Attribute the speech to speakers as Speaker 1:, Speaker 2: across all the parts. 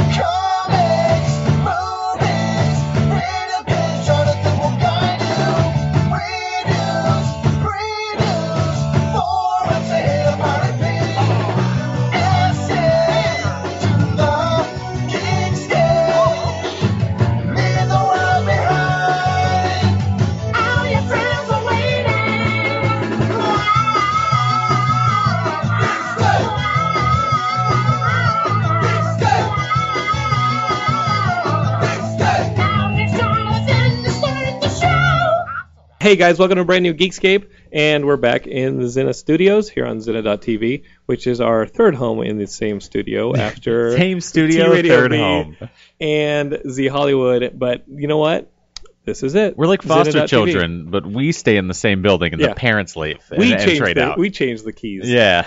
Speaker 1: Comics, movies, interviews, Jonathan will guide you. Reviews, previews, forums to hit a pirate beat. Essays to the geek scale. Leave the world behind. All your friends are waiting. Geek Scale.
Speaker 2: Hey guys, welcome to a brand new Geekscape, and we're back in the Zena Studios here on Zena.tv, which is our third home in the same studio after
Speaker 3: Same studio,
Speaker 2: T-Radio
Speaker 3: third
Speaker 2: B
Speaker 3: home.
Speaker 2: and Z Hollywood. But you know what? This is it.
Speaker 3: We're like foster
Speaker 2: Zena.tv.
Speaker 3: children, but we stay in the same building and
Speaker 2: Yeah.
Speaker 3: the parents leave
Speaker 2: We
Speaker 3: and, and
Speaker 2: changed
Speaker 3: trade
Speaker 2: the,
Speaker 3: out.
Speaker 2: we changed the keys.
Speaker 3: yeah.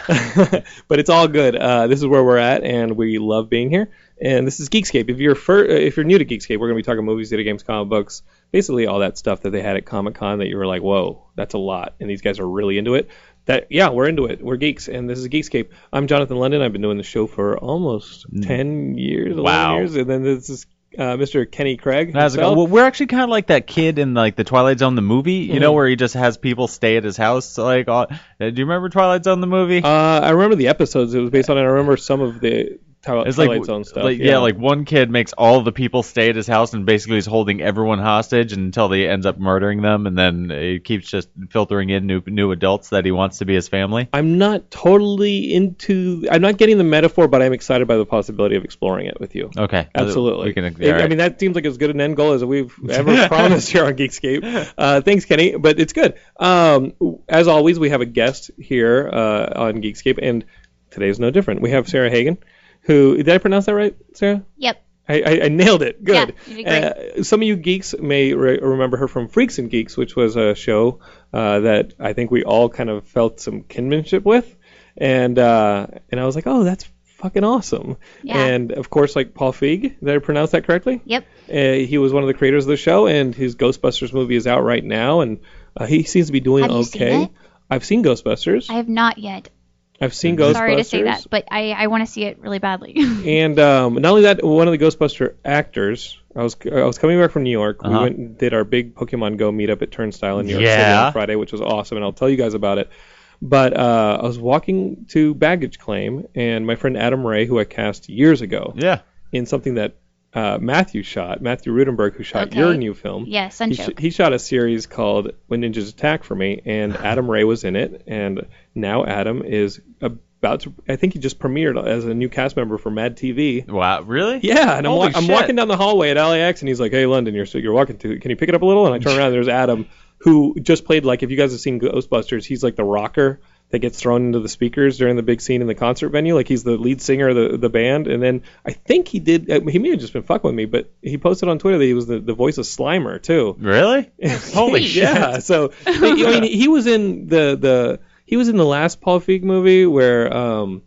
Speaker 2: but it's all good. Uh, this is where we're at, and we love being here. And this is Geekscape. If you're fir- uh, if you're new to Geekscape, we're gonna be talking movies, video games, comic books, basically all that stuff that they had at Comic Con that you were like, whoa, that's a lot, and these guys are really into it. That yeah, we're into it. We're geeks, and this is Geekscape. I'm Jonathan London. I've been doing the show for almost ten years,
Speaker 3: Mm. Wow.
Speaker 2: eleven years, and then this is uh, Mr. Kenny Craig.
Speaker 3: How's it
Speaker 2: himself.
Speaker 3: going? Well, we're actually kind of like that kid in like the Twilight Zone the movie,
Speaker 2: Mm-hmm.
Speaker 3: you know, where he just has people stay at his house. Like, all, uh, do you remember Twilight Zone the movie?
Speaker 2: Uh, I remember the episodes it was based on. and I remember some of the Twilight,
Speaker 3: it's like,
Speaker 2: Twilight Zone stuff.
Speaker 3: like yeah. like one kid makes all the people stay at his house and basically is holding everyone hostage until he ends up murdering them, and then he keeps just filtering in new new adults that he wants to be his family.
Speaker 2: I'm not totally into. I'm not getting the metaphor, but I'm excited by the possibility of exploring it with you.
Speaker 3: Okay,
Speaker 2: Absolutely.
Speaker 3: We can,
Speaker 2: I-
Speaker 3: all
Speaker 2: I
Speaker 3: right.
Speaker 2: mean, that seems like as good an end goal as we've ever promised here on Geekscape. Uh, thanks, Kenny, but it's good. Um, as always, we have a guest here uh, on Geekscape, and today's no different. We have Sarah Hagen, who did I pronounce that right, Sarah?
Speaker 4: Yep.
Speaker 2: I, I, I nailed it. Good.
Speaker 4: Yeah, you did
Speaker 2: Uh, some of you geeks may re- remember her from Freaks and Geeks, which was a show uh, that I think we all kind of felt some kinship with, and uh, and I was like, oh, that's fucking awesome.
Speaker 4: Yeah.
Speaker 2: And of course, like Paul Feig, did I pronounce that correctly?
Speaker 4: Yep.
Speaker 2: Uh, he was one of the creators of the show, and his Ghostbusters movie is out right now, and uh, he seems to be doing
Speaker 4: Have you seen
Speaker 2: okay.
Speaker 4: it?
Speaker 2: I've seen Ghostbusters.
Speaker 4: I have not yet.
Speaker 2: I've seen Ghostbusters.
Speaker 4: Sorry to say that, but I, I want to see it really badly.
Speaker 2: And um, not only that, one of the Ghostbuster actors. I was I was coming back from New York. We
Speaker 3: Uh-huh.
Speaker 2: went and did our big Pokemon Go meetup at Turnstile in New York City
Speaker 3: Yeah.
Speaker 2: on Friday, which was awesome, and I'll tell you guys about it. But uh, I was walking to baggage claim, and my friend Adam Ray, who I cast years ago
Speaker 3: yeah.
Speaker 2: in something that uh, Matthew shot, Matthew Rudenberg, who shot
Speaker 4: Okay.
Speaker 2: your new film.
Speaker 4: yeah,
Speaker 2: He, sh-
Speaker 4: Sunchoke.
Speaker 2: he shot a series called When Ninjas Attack for me, and Adam Ray was in it. And now Adam is about to, I think he just premiered as a new cast member for Mad TV.
Speaker 3: Wow, really?
Speaker 2: Yeah, and I'm, wa-
Speaker 3: Holy
Speaker 2: I'm
Speaker 3: shit.
Speaker 2: walking down the hallway at LAX, and he's like, "Hey, London, you're so you're walking to. Can you pick it up a little?" And I turn around, and there's Adam, who just played like if you guys have seen Ghostbusters, he's like the rocker that gets thrown into the speakers during the big scene in the concert venue. Like he's the lead singer of the the band. And then I think he did. uh, He may have just been fucking with me, but he posted on Twitter that he was the, the voice of Slimer too.
Speaker 3: Really? Holy shit.
Speaker 2: Yeah. So like, I mean, he was in the the he was in the last Paul Feig movie where um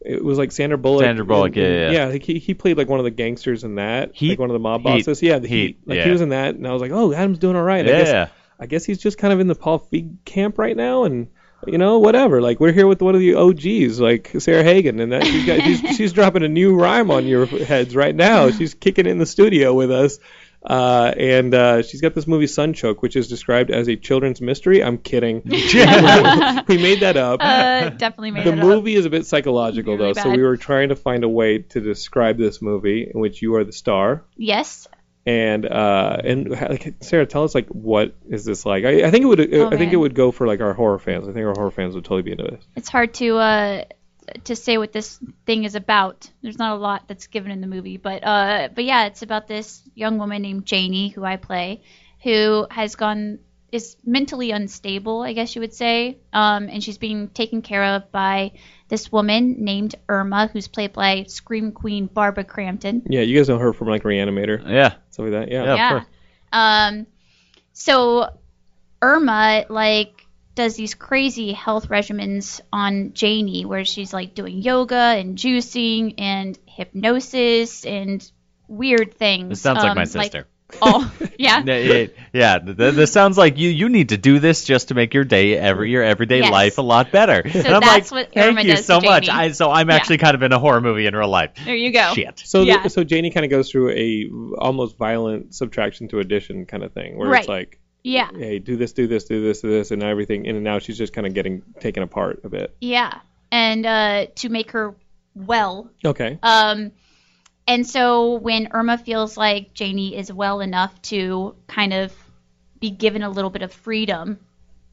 Speaker 2: it was like Sandra Bullock.
Speaker 3: Sandra
Speaker 2: and-
Speaker 3: Bullock, yeah,
Speaker 2: and-
Speaker 3: yeah.
Speaker 2: like, he he played like one of the gangsters in that.
Speaker 3: Heat?
Speaker 2: like one of the mob
Speaker 3: Heat.
Speaker 2: bosses. Yeah, the
Speaker 3: Heat,
Speaker 2: Heat. Like he
Speaker 3: yeah.
Speaker 2: was in that, and I was like, oh, Adam's doing all right. I
Speaker 3: Yeah.
Speaker 2: guess, I guess he's just kind of in the Paul Feig camp right now, and. You know, whatever. Like we're here with one of the OGs, like Sarah Hagen, and that she's, got, she's, she's dropping a new rhyme on your heads right now. She's kicking it in the studio with us. Uh, and uh, she's got this movie Sunchoke, which is described as a children's mystery. I'm kidding. Oh, we made that up.
Speaker 4: uh, definitely made
Speaker 2: the
Speaker 4: it
Speaker 2: movie is a bit psychological,
Speaker 4: Really
Speaker 2: though, so
Speaker 4: bad.
Speaker 2: we were trying to find a way to describe this movie in which you are the star.
Speaker 4: up. Yes.
Speaker 2: And uh, and like Sarah, tell us like what is this like? I, I think it would I think it
Speaker 4: Oh, man.
Speaker 2: would go for like our horror fans. I think our horror fans would totally be into this.
Speaker 4: It's hard to uh to say what this thing is about. There's not a lot that's given in the movie, but uh but yeah, it's about this young woman named Janie who I play who has gone is mentally unstable, I guess you would say, um, and she's being taken care of by this woman named Irma, who's played by Scream Queen Barbara Crampton.
Speaker 2: Yeah, you guys know her from like Reanimator,
Speaker 3: Yeah.
Speaker 2: stuff like that. Yeah.
Speaker 3: Yeah. of
Speaker 4: yeah.
Speaker 3: course.
Speaker 4: Um, so Irma like does these crazy health regimens on Janie, where she's like doing yoga and juicing and hypnosis and weird things.
Speaker 3: It sounds like
Speaker 4: Um,
Speaker 3: my sister.
Speaker 4: oh, yeah.
Speaker 3: yeah, yeah, yeah. Th- th- this sounds like you. You need to do this just to make your day, every your everyday
Speaker 4: Yes.
Speaker 3: life a lot better. So and I'm
Speaker 4: that's
Speaker 3: like,
Speaker 4: what
Speaker 3: thank
Speaker 4: Irma
Speaker 3: you
Speaker 4: does
Speaker 3: so
Speaker 4: to
Speaker 3: much.
Speaker 4: Jamie.
Speaker 3: I, so I'm
Speaker 4: Yeah.
Speaker 3: actually kind of in a horror movie in real life.
Speaker 4: There you go.
Speaker 3: Shit.
Speaker 2: So
Speaker 4: Yeah.
Speaker 2: the, so Janie kind of goes through a almost violent subtraction to addition kind of thing, where
Speaker 4: Right.
Speaker 2: it's like,
Speaker 4: Yeah.
Speaker 2: hey, do this, do this, do this, do this, and everything, and now she's just kind of getting taken apart a bit.
Speaker 4: Yeah. And uh, to make her well
Speaker 2: Okay.
Speaker 4: Um, and so when Irma feels like Janie is well enough to kind of be given a little bit of freedom,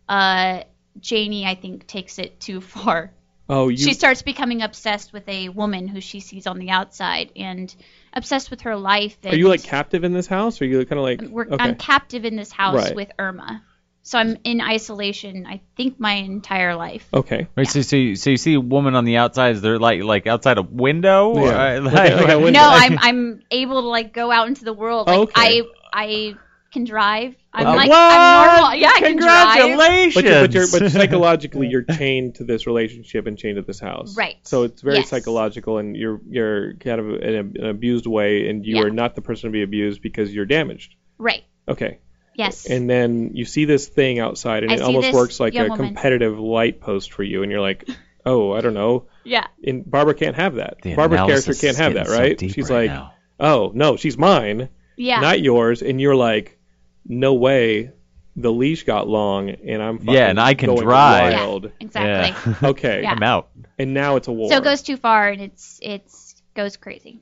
Speaker 4: uh, Janie, I think, takes it too far.
Speaker 2: oh, you.
Speaker 4: she starts becoming obsessed with a woman who she sees on the outside and obsessed with her life. And
Speaker 2: are you like captive in this house? Or are you kind of like?
Speaker 4: we're,
Speaker 2: okay.
Speaker 4: I'm captive in this house
Speaker 2: Right.
Speaker 4: with Irma. So I'm in isolation, I think, my entire life.
Speaker 2: okay.
Speaker 3: Right, so, so, you, so you see a woman on the outside. Is there like like outside a window?
Speaker 2: Yeah.
Speaker 3: Uh,
Speaker 2: Like a- like a window.
Speaker 4: No, I'm I'm able to like go out into the world. Like
Speaker 2: Okay.
Speaker 4: I I can drive. I'm
Speaker 3: Uh,
Speaker 4: like
Speaker 3: what?
Speaker 4: I'm normal. Yeah, I can drive.
Speaker 3: Congratulations!
Speaker 2: But, you, but, you're, but psychologically, you're chained to this relationship and chained to this house.
Speaker 4: Right.
Speaker 2: So it's very
Speaker 4: Yes.
Speaker 2: psychological, and you're you're kind of in a- an abused way, and you
Speaker 4: Yeah.
Speaker 2: are not the person to be abused because you're damaged.
Speaker 4: Right.
Speaker 2: Okay.
Speaker 4: Yes.
Speaker 2: And then you see this thing outside, and
Speaker 4: I
Speaker 2: it
Speaker 4: see
Speaker 2: almost
Speaker 4: this
Speaker 2: works like
Speaker 4: young
Speaker 2: a
Speaker 4: woman.
Speaker 2: competitive light post for you, and you're like, oh, I don't know.
Speaker 4: yeah.
Speaker 2: And Barbara can't have that.
Speaker 3: The
Speaker 2: Barbara's
Speaker 3: analysis
Speaker 2: character can't
Speaker 3: is
Speaker 2: have that,
Speaker 3: getting so
Speaker 2: right?
Speaker 3: deep
Speaker 2: She's
Speaker 3: right
Speaker 2: like,
Speaker 3: now.
Speaker 2: oh no, she's mine,
Speaker 4: Yeah.
Speaker 2: not yours, and you're like, no way. The leash got long, and I'm fucking
Speaker 3: Yeah, and I can
Speaker 2: going
Speaker 3: drive.
Speaker 4: Yeah,
Speaker 2: wild.
Speaker 4: Exactly.
Speaker 3: Yeah.
Speaker 2: Okay.
Speaker 4: Yeah.
Speaker 3: I'm out.
Speaker 2: And now it's a war.
Speaker 4: So it goes too far and it's it's goes crazy.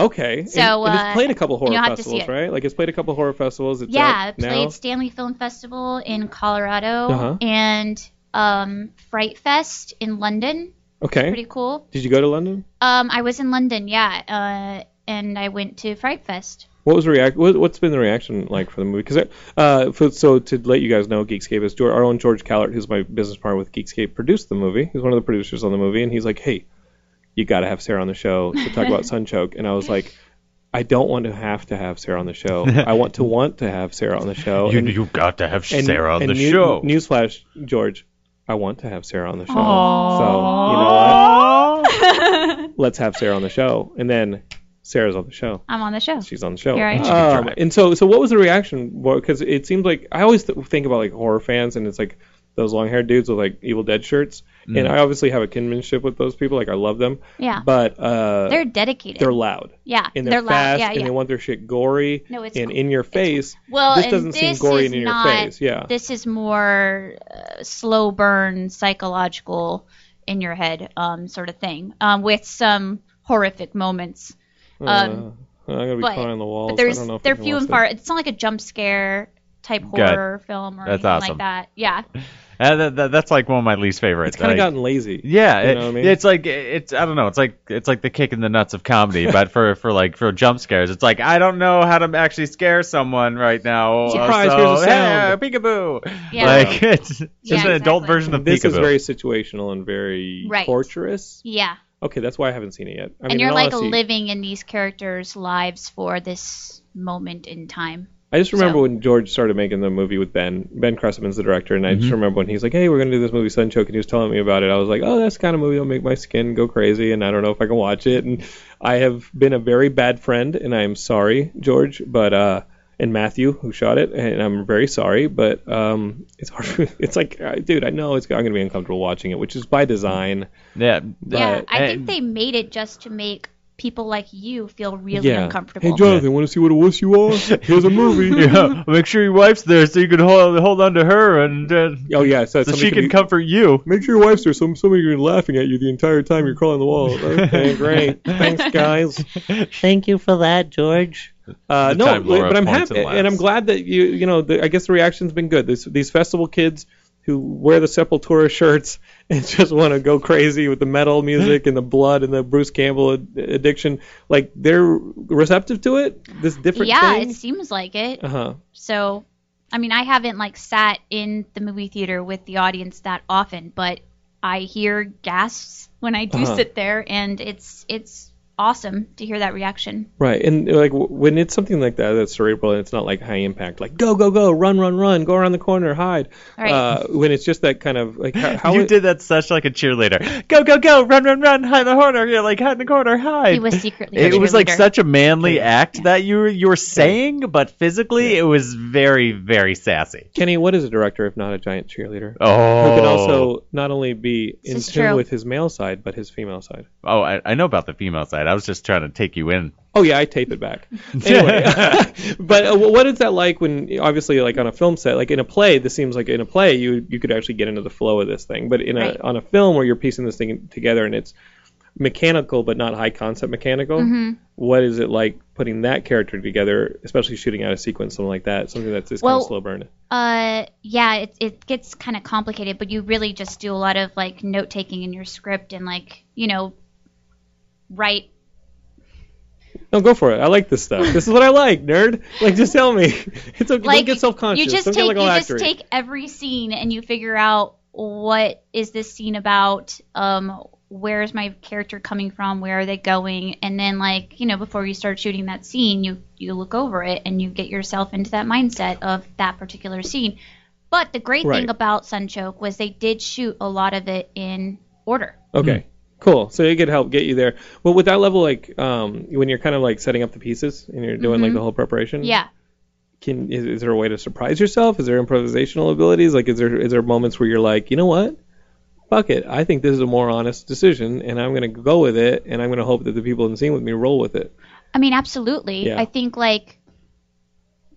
Speaker 2: Okay. And-
Speaker 4: So,
Speaker 2: and,
Speaker 4: uh,
Speaker 2: it's played a couple horror
Speaker 4: you'll have to see
Speaker 2: festivals,
Speaker 4: it.
Speaker 2: right? Like it's played a couple horror festivals. It's
Speaker 4: yeah,
Speaker 2: out
Speaker 4: it played
Speaker 2: now.
Speaker 4: Stanley Film Festival in Colorado
Speaker 2: Uh-huh.
Speaker 4: and um, Fright Fest in London.
Speaker 2: Okay.
Speaker 4: Pretty cool.
Speaker 2: Did you go to London?
Speaker 4: Um, I was in London, yeah, uh, and I went to Fright Fest.
Speaker 2: What was the react? What, what's been the reaction like for the movie? Because uh, for, so to let you guys know, Geekscape is Geor- our own George Callert, who's my business partner with Geekscape, produced the movie. He's one of the producers on the movie, and he's like, "Hey, you got to have Sarah on the show to talk about Sunchoke." And I was like, "I don't want to have to have Sarah on the show. I want to want to have Sarah on the show."
Speaker 3: You
Speaker 2: and,
Speaker 3: you got to have
Speaker 2: and-
Speaker 3: Sarah on
Speaker 2: and
Speaker 3: the
Speaker 2: new-
Speaker 3: show.
Speaker 2: Newsflash, George, I want to have Sarah on the show. So you know
Speaker 3: Aww.
Speaker 2: what? Let's have Sarah on the show, and then Sarah's on the show
Speaker 4: I'm on the show.
Speaker 2: she's on the show.
Speaker 4: Here I am. She
Speaker 3: can
Speaker 2: Um,
Speaker 3: drive.
Speaker 2: and so, so what was the reaction? Because it seems like I always th- think about like horror fans, and it's like those long-haired dudes with like Evil Dead shirts. And I obviously have a kinship with those people. Like I love them.
Speaker 4: Yeah.
Speaker 2: But uh,
Speaker 4: They're
Speaker 2: they're
Speaker 4: dedicated.
Speaker 2: loud
Speaker 4: yeah,
Speaker 2: and they're,
Speaker 4: loud.
Speaker 2: fast
Speaker 4: Yeah,
Speaker 2: and
Speaker 4: yeah.
Speaker 2: they want their shit gory
Speaker 4: No, it's
Speaker 2: and
Speaker 4: cool.
Speaker 2: in your face.
Speaker 4: Well,
Speaker 2: this
Speaker 4: and
Speaker 2: doesn't seem
Speaker 4: this
Speaker 2: gory
Speaker 4: is
Speaker 2: and in
Speaker 4: not-
Speaker 2: your face. Yeah.
Speaker 4: This is more uh, slow burn, psychological, in your head um, sort of thing, um, with some horrific moments. Um,
Speaker 2: uh, I'm gonna be
Speaker 4: but-
Speaker 2: climbing the walls.
Speaker 4: but there's
Speaker 2: I don't know if
Speaker 4: they're
Speaker 2: I can
Speaker 4: few
Speaker 2: watch
Speaker 4: and
Speaker 2: that.
Speaker 4: far. It's not like a jump scare type
Speaker 3: Good.
Speaker 4: horror film or
Speaker 3: That's
Speaker 4: anything
Speaker 3: awesome.
Speaker 4: like that. Yeah,
Speaker 3: Uh, that, that, that's like one of my least favorites.
Speaker 2: It's kind
Speaker 3: I-
Speaker 2: of gotten lazy.
Speaker 3: Yeah,
Speaker 2: You
Speaker 3: it-
Speaker 2: know what I mean?
Speaker 3: it's like it's I don't know. It's like it's like the kick in the nuts of comedy, but for for like for jump scares, it's like I don't know how to actually scare someone right now. uh,
Speaker 2: Surprise,
Speaker 3: so,
Speaker 2: here's a
Speaker 3: hey,
Speaker 2: sound.
Speaker 3: peekaboo.
Speaker 4: Yeah.
Speaker 3: Like it's just
Speaker 4: Yeah,
Speaker 3: an adult
Speaker 4: exactly.
Speaker 3: version of
Speaker 2: This
Speaker 3: peekaboo.
Speaker 2: is very situational and very
Speaker 4: Right.
Speaker 2: torturous.
Speaker 4: yeah.
Speaker 2: Okay, that's why I haven't seen it yet. I mean,
Speaker 4: and you're
Speaker 2: in E.
Speaker 4: like
Speaker 2: honesty-
Speaker 4: living in these characters' lives for this moment in time.
Speaker 2: I just remember
Speaker 4: So-
Speaker 2: when George started making the movie with Ben. Ben Cressman's the director, and I just remember when he's like, "Hey, we're gonna do this movie, Sunchoke," and he was telling me about it. I was like, "Oh, that's the kind of movie that'll make my skin go crazy," and I don't know if I can watch it. And I have been a very bad friend, and I am sorry, George, but uh, and Matthew who shot it, and I'm very sorry, but um, it's hard. For, it's like, uh, dude, I know it's I'm gonna be uncomfortable watching it, which is by design.
Speaker 3: yeah,
Speaker 4: Yeah,
Speaker 2: But-
Speaker 4: I
Speaker 3: Uh,
Speaker 4: think they made it just to make people like you feel really
Speaker 2: yeah.
Speaker 4: uncomfortable.
Speaker 2: Hey, Jonathan, want to see what a wuss you are? Here's a movie.
Speaker 3: yeah, make sure your wife's there so you can hold hold on to her and uh,
Speaker 2: Oh yeah, so,
Speaker 3: so
Speaker 2: somebody
Speaker 3: she
Speaker 2: can
Speaker 3: can
Speaker 2: be-
Speaker 3: comfort you.
Speaker 2: Make sure your wife's there. Some somebody gonna be laughing at you the entire time you're crawling the wall. Okay, great. Thanks, guys.
Speaker 5: Thank you for that, George.
Speaker 2: Uh,
Speaker 3: The
Speaker 2: no,
Speaker 3: time Laura
Speaker 2: but I'm
Speaker 3: points
Speaker 2: happy,
Speaker 3: and
Speaker 2: and I'm
Speaker 3: laughs.
Speaker 2: glad that you you know the, I guess the reaction's been good. These these festival kids who wear the Sepultura shirts and just want to go crazy with the metal music and the blood and the Bruce Campbell ad- addiction, like they're receptive to it. This different
Speaker 4: yeah,
Speaker 2: thing.
Speaker 3: Uh-huh.
Speaker 4: it seems like it.
Speaker 2: uh huh.
Speaker 4: So I mean, I haven't like sat in the movie theater with the audience that often, but I hear gasps when I do
Speaker 2: Uh-huh.
Speaker 4: sit there, and it's it's awesome to hear that reaction.
Speaker 2: Right, and like w- when it's something like that that's cerebral, and it's not like high impact, like go go go, run run run, go around the corner, hide.
Speaker 4: Right.
Speaker 2: Uh, when it's just that kind of like how, how
Speaker 3: you
Speaker 2: it-
Speaker 3: did that such like a cheerleader. Go go go! Run run run! Hide in the corner! You're like hide in the corner! Hide.
Speaker 4: He was secretly. a
Speaker 3: It was like
Speaker 4: cheerleader.
Speaker 3: such a manly act that you were you were saying, but physically it was very very sassy.
Speaker 2: Kenny, what is a director if not a giant cheerleader?
Speaker 3: Oh.
Speaker 2: Who can also not only be in
Speaker 4: is
Speaker 2: tune
Speaker 4: true.
Speaker 2: with his male side, but his female side.
Speaker 3: Oh, I, I know about the female side. I was just trying to take you in.
Speaker 2: Oh yeah, I tape it back. Anyway, but uh, what is that like when obviously like on a film set, like in a play, this seems like in a play you you could actually get into the flow of this thing, but in a
Speaker 4: Right.
Speaker 2: on a film where you're piecing this thing together and it's mechanical but not high concept mechanical.
Speaker 4: Mm-hmm.
Speaker 2: what is it like putting that character together, especially shooting out a sequence, something like that, something that's just kind
Speaker 4: Well,
Speaker 2: of slow burn?
Speaker 4: Uh, yeah, it it gets kind of complicated, but you really just do a lot of like note taking in your script and like you know, write
Speaker 2: No, go for it. I like this stuff. This is what I like, nerd. Like, just tell me. It's okay.
Speaker 4: like
Speaker 2: don't get self-conscious.
Speaker 4: you just
Speaker 2: don't
Speaker 4: take
Speaker 2: get like all
Speaker 4: you just
Speaker 2: actory.
Speaker 4: take every scene and you figure out what is this scene about. Um, where is my character coming from? Where are they going? And then like you know before you start shooting that scene, you you look over it and you get yourself into that mindset of that particular scene. But the great
Speaker 2: Right.
Speaker 4: thing about Sunchoke was they did shoot a lot of it in order.
Speaker 2: Okay. Cool. So it could help get you there. Well, with that level, like um, when you're kind of like setting up the pieces and you're doing like the whole preparation,
Speaker 4: Yeah.
Speaker 2: Can is, is there a way to surprise yourself? Is there improvisational abilities? Like, is there is there moments where you're like, you know what, fuck it, I think this is a more honest decision, and I'm gonna go with it, and I'm gonna hope that the people in the scene with me roll with it.
Speaker 4: I mean, absolutely.
Speaker 2: Yeah.
Speaker 4: I think like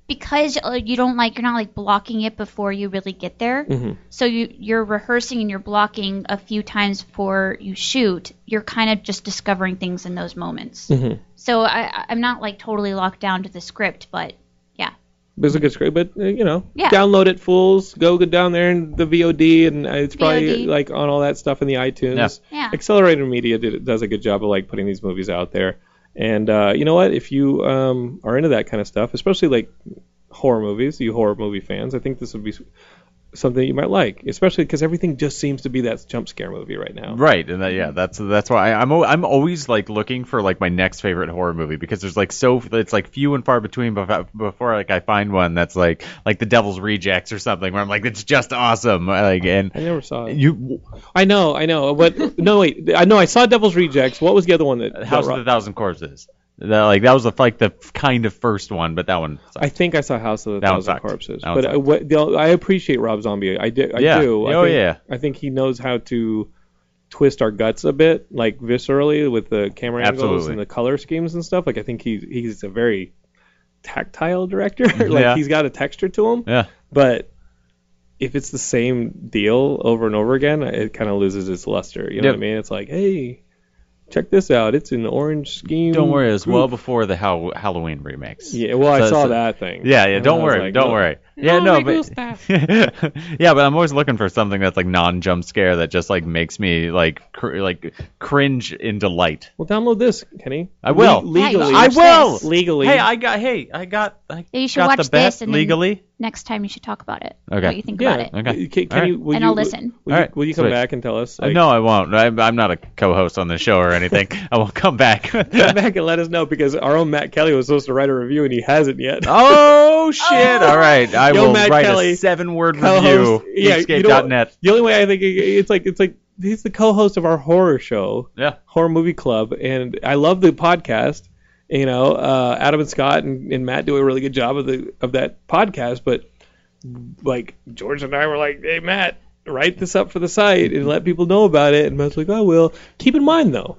Speaker 4: because uh, you don't like you're not like blocking it before you really get there.
Speaker 2: Mm-hmm.
Speaker 4: So you you're rehearsing and you're blocking a few times before you shoot. You're kind of just discovering things in those moments.
Speaker 2: Mm-hmm.
Speaker 4: So I I- I'm not like totally locked down to the script, but yeah.
Speaker 2: But It's a good script, but uh, you know,
Speaker 4: Yeah.
Speaker 2: download it, fools. Go go down there and the VOD, and uh, it's probably
Speaker 4: VOD.
Speaker 2: like on all that stuff in the iTunes.
Speaker 3: Yeah.
Speaker 4: Yeah.
Speaker 2: Accelerated Media did, does a good job of like putting these movies out there. And uh, you know what? If you um, are into that kind of stuff, especially like horror movies, you horror movie fans, I think this would be s- something you might like, especially because everything just seems to be that jump scare movie right now.
Speaker 3: Right, and that, yeah, that's that's why I, I'm al- I'm always like looking for like my next favorite horror movie because there's like so it's like few and far between before, before like I find one that's like like The Devil's Rejects or something where I'm like it's just awesome like and
Speaker 2: I never saw it.
Speaker 3: you
Speaker 2: I know, I know. But no, wait. I know. I saw Devil's Rejects. What was the other one that?
Speaker 3: House
Speaker 2: that
Speaker 3: of the Thousand Corpses that like that was the, like the kind of first one but that one
Speaker 2: I think I saw House of the
Speaker 3: That one
Speaker 2: Thousand
Speaker 3: sucked.
Speaker 2: Corpses,
Speaker 3: That one
Speaker 2: but I, what, the, I appreciate Rob Zombie. I, di- I
Speaker 3: Yeah.
Speaker 2: do. I
Speaker 3: Oh,
Speaker 2: think,
Speaker 3: yeah.
Speaker 2: I think he knows how to twist our guts a bit, like viscerally with the camera angles
Speaker 3: Absolutely.
Speaker 2: and the color schemes and stuff. Like I think he's he's a very tactile director. like
Speaker 3: Yeah.
Speaker 2: he's got a texture to him.
Speaker 3: yeah
Speaker 2: But if it's the same deal over and over again, it kind of loses its luster. You know
Speaker 3: Yep.
Speaker 2: what I mean? It's like, hey, check this out. It's an orange scheme.
Speaker 3: don't worry it's well
Speaker 2: group.
Speaker 3: before the Hall- Halloween remakes
Speaker 2: Yeah, well, I
Speaker 3: So-
Speaker 2: saw
Speaker 3: so-
Speaker 2: that thing.
Speaker 3: Yeah, yeah.
Speaker 2: And
Speaker 3: Don't
Speaker 2: I was
Speaker 3: worry.
Speaker 2: like,
Speaker 3: don't
Speaker 2: no.
Speaker 3: worry. Yeah, no, but yeah, but I'm always looking for something that's like non-jump scare that just like makes me like cr- like cringe in delight.
Speaker 2: Well, download this, Kenny.
Speaker 3: I will.
Speaker 2: Le-
Speaker 4: Yeah, you
Speaker 2: legally.
Speaker 4: should
Speaker 3: I
Speaker 4: watch
Speaker 3: will.
Speaker 4: this.
Speaker 2: Legally.
Speaker 3: Hey, I got. Hey, I got. I
Speaker 4: Yeah, you should
Speaker 3: got
Speaker 4: watch
Speaker 3: the bet
Speaker 4: this and then-
Speaker 3: legally.
Speaker 4: Next time you should talk about it.
Speaker 3: Okay.
Speaker 4: What you think
Speaker 2: yeah.
Speaker 4: about it?
Speaker 3: Okay.
Speaker 2: Can, can
Speaker 3: All
Speaker 2: you, will
Speaker 4: And
Speaker 2: you,
Speaker 4: I'll listen.
Speaker 2: Will,
Speaker 3: All
Speaker 2: you,
Speaker 3: right.
Speaker 2: will you come
Speaker 3: Sweet.
Speaker 2: back and tell us? like,
Speaker 3: no, I won't. I'm, I'm not a co-host on the show or anything. I will come back.
Speaker 2: Come back and let us know because our own Matt Kelly was supposed to write a review and he hasn't yet.
Speaker 3: oh shit! All right, I
Speaker 2: Yo,
Speaker 3: will
Speaker 2: Matt
Speaker 3: write
Speaker 2: Kelly,
Speaker 3: a seven-word
Speaker 2: Co-host-
Speaker 3: review.
Speaker 2: Yeah, you know what?
Speaker 3: Geekscape.net.
Speaker 2: The only way I think it's like it's like he's the co-host of our horror show,
Speaker 3: Yeah.
Speaker 2: horror movie club, and I love the podcast. You know, uh, Adam and Scott and, and Matt do a really good job of the of that podcast, but like George and I were like, hey Matt, write this up for the site and let people know about it. And Matt's like, I will. Keep in mind though,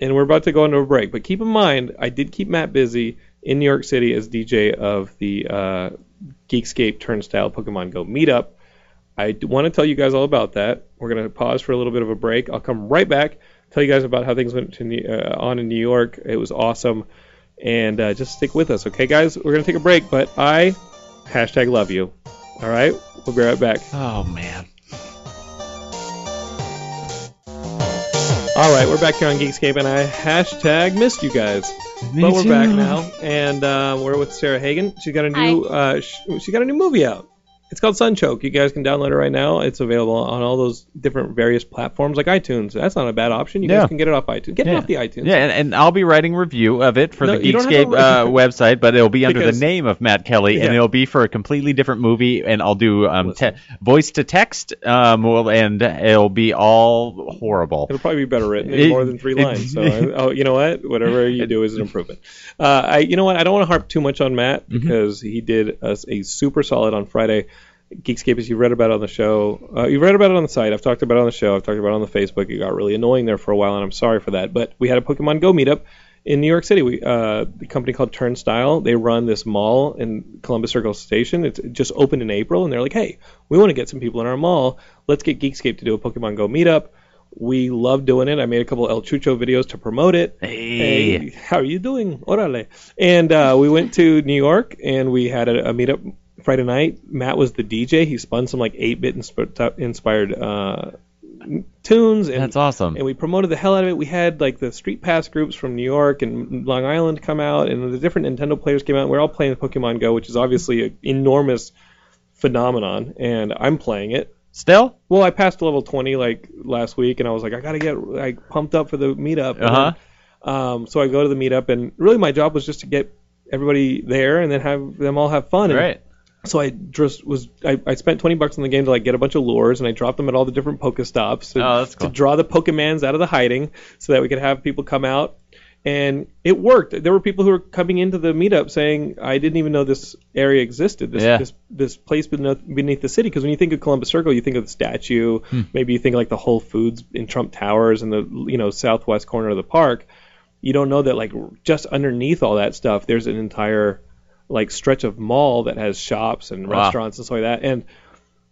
Speaker 2: and we're about to go into a break, but keep in mind I did keep Matt busy in New York City as DJ of the uh, Geekscape Turnstile Pokemon Go meetup. I want to tell you guys all about that. We're going to pause for a little bit of a break. I'll come right back, tell you guys about how things went to, New- uh, on in New York. It was awesome. And uh, just stick with us, okay, guys? We're going to take a break, but I hashtag love you. All right? We'll be right back.
Speaker 3: Oh man.
Speaker 2: All right, we're back here on Geekscape, and I hashtag missed you guys. but we're back now, and uh, we're with Sarah Hagen. She's got a new uh, sh- she got a new movie out. It's called Sunchoke. You guys can download it right now. It's available on all those different various platforms like iTunes. That's not a bad option. You
Speaker 3: Yeah.
Speaker 2: guys can get it off iTunes. Get it
Speaker 3: Yeah.
Speaker 2: off the iTunes.
Speaker 3: Yeah, and, and I'll be writing review of it for
Speaker 2: No,
Speaker 3: the
Speaker 2: you don't have to
Speaker 3: Geekscape uh, website, but it'll be under
Speaker 2: Because-
Speaker 3: the name of Matt Kelly,
Speaker 2: Yeah.
Speaker 3: and it'll be for a completely different movie. And I'll do um, te-
Speaker 2: Listen.
Speaker 3: voice to text, um, well, and it'll be all horrible.
Speaker 2: It'll probably be better written in
Speaker 3: It-
Speaker 2: more than three
Speaker 3: it-
Speaker 2: lines. So, I, oh, you know what? Whatever you do is an improvement. Uh, I, you know what? I don't want to harp too much on Matt
Speaker 3: Mm-hmm.
Speaker 2: because he did us a super solid on Friday. Geekscape, as you read about it on the show, uh, you've read about it on the site. I've talked about it on the show. I've talked about it on the Facebook. It got really annoying there for a while, and I'm sorry for that. But we had a Pokemon Go meetup in New York City. We, uh, the company called Turnstile, they run this mall in Columbus Circle Station. It's, it just opened in April, and they're like, hey, we want to get some people in our mall. Let's get Geekscape to do a Pokemon Go meetup. We love doing it. I made a couple El Chucho videos to promote it.
Speaker 3: Hey.
Speaker 2: Hey, how are you doing? Orale. And uh, we went to New York and we had a, a meetup Friday night. Matt was the DJ. He spun some like 8 bit inspired uh, tunes. And
Speaker 3: That's awesome.
Speaker 2: and we promoted the hell out of it. We had like the Street Pass groups from New York and Long Island come out, and the different Nintendo players came out. And we are all playing Pokemon Go, which is obviously an enormous phenomenon, and I'm playing it.
Speaker 3: Still?
Speaker 2: Well, I passed level 20 like last week, and I was like, I gotta get like pumped up for the meetup.
Speaker 3: Uh huh.
Speaker 2: Um, so I go to the meetup, and really my job was just to get everybody there and then have them all have fun. And
Speaker 3: Right.
Speaker 2: so I just was I, I spent twenty bucks on the game to like get a bunch of lures and I dropped them at all the different Pokestops to,
Speaker 3: Oh, that's cool.
Speaker 2: to draw the Pokemans out of the hiding so that we could have people come out and it worked. There were people who were coming into the meetup saying I didn't even know this area existed. This
Speaker 3: Yeah.
Speaker 2: this, this place beneath, beneath the city because when you think of Columbus Circle you think of the statue,
Speaker 3: Hmm.
Speaker 2: maybe you think like the Whole Foods in Trump Towers and the you know southwest corner of the park. You don't know that like just underneath all that stuff there's an entire like stretch of mall that has shops and
Speaker 3: Wow.
Speaker 2: restaurants and stuff like that. And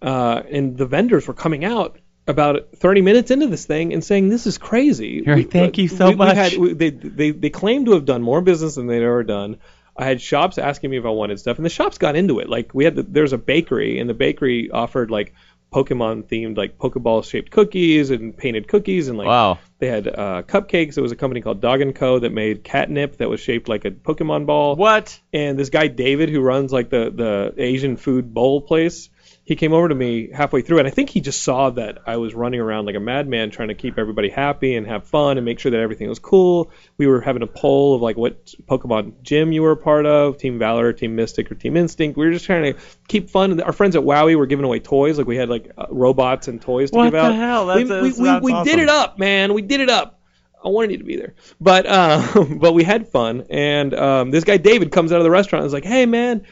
Speaker 2: uh, and the vendors were coming out about 30 minutes into this thing and saying this is crazy.
Speaker 3: You're like, "Thank you so
Speaker 2: we- we
Speaker 3: much."
Speaker 2: had- we- they, they they claimed to have done more business than they'd ever done. I had shops asking me if I wanted stuff, and the shops got into it. Like we had the, there's a bakery, and the bakery offered like Pokemon themed like Pokeball shaped cookies and painted cookies and like
Speaker 3: Wow.
Speaker 2: they had uh, cupcakes. It was a company called Dog and Co that made catnip that was shaped like a Pokemon ball
Speaker 3: What?
Speaker 2: and this guy David who runs like the the Asian food bowl place, he came over to me halfway through, and I think he just saw that I was running around like a madman trying to keep everybody happy and have fun and make sure that everything was cool. We were having a poll of like what Pokemon gym you were a part of, Team Valor, Team Mystic, or Team Instinct. We were just trying to keep fun. Our friends at Wowie were giving away toys, like we had like uh, robots and toys to
Speaker 3: What
Speaker 2: give out.
Speaker 3: the hell?
Speaker 2: We-
Speaker 3: That's-
Speaker 2: we
Speaker 3: that
Speaker 2: we,
Speaker 3: sounds
Speaker 2: we did
Speaker 3: awesome.
Speaker 2: it up, man. We did it up. I wanted you to be there, but uh, but we had fun. And um, this guy David comes out of the restaurant and is like, "Hey, man,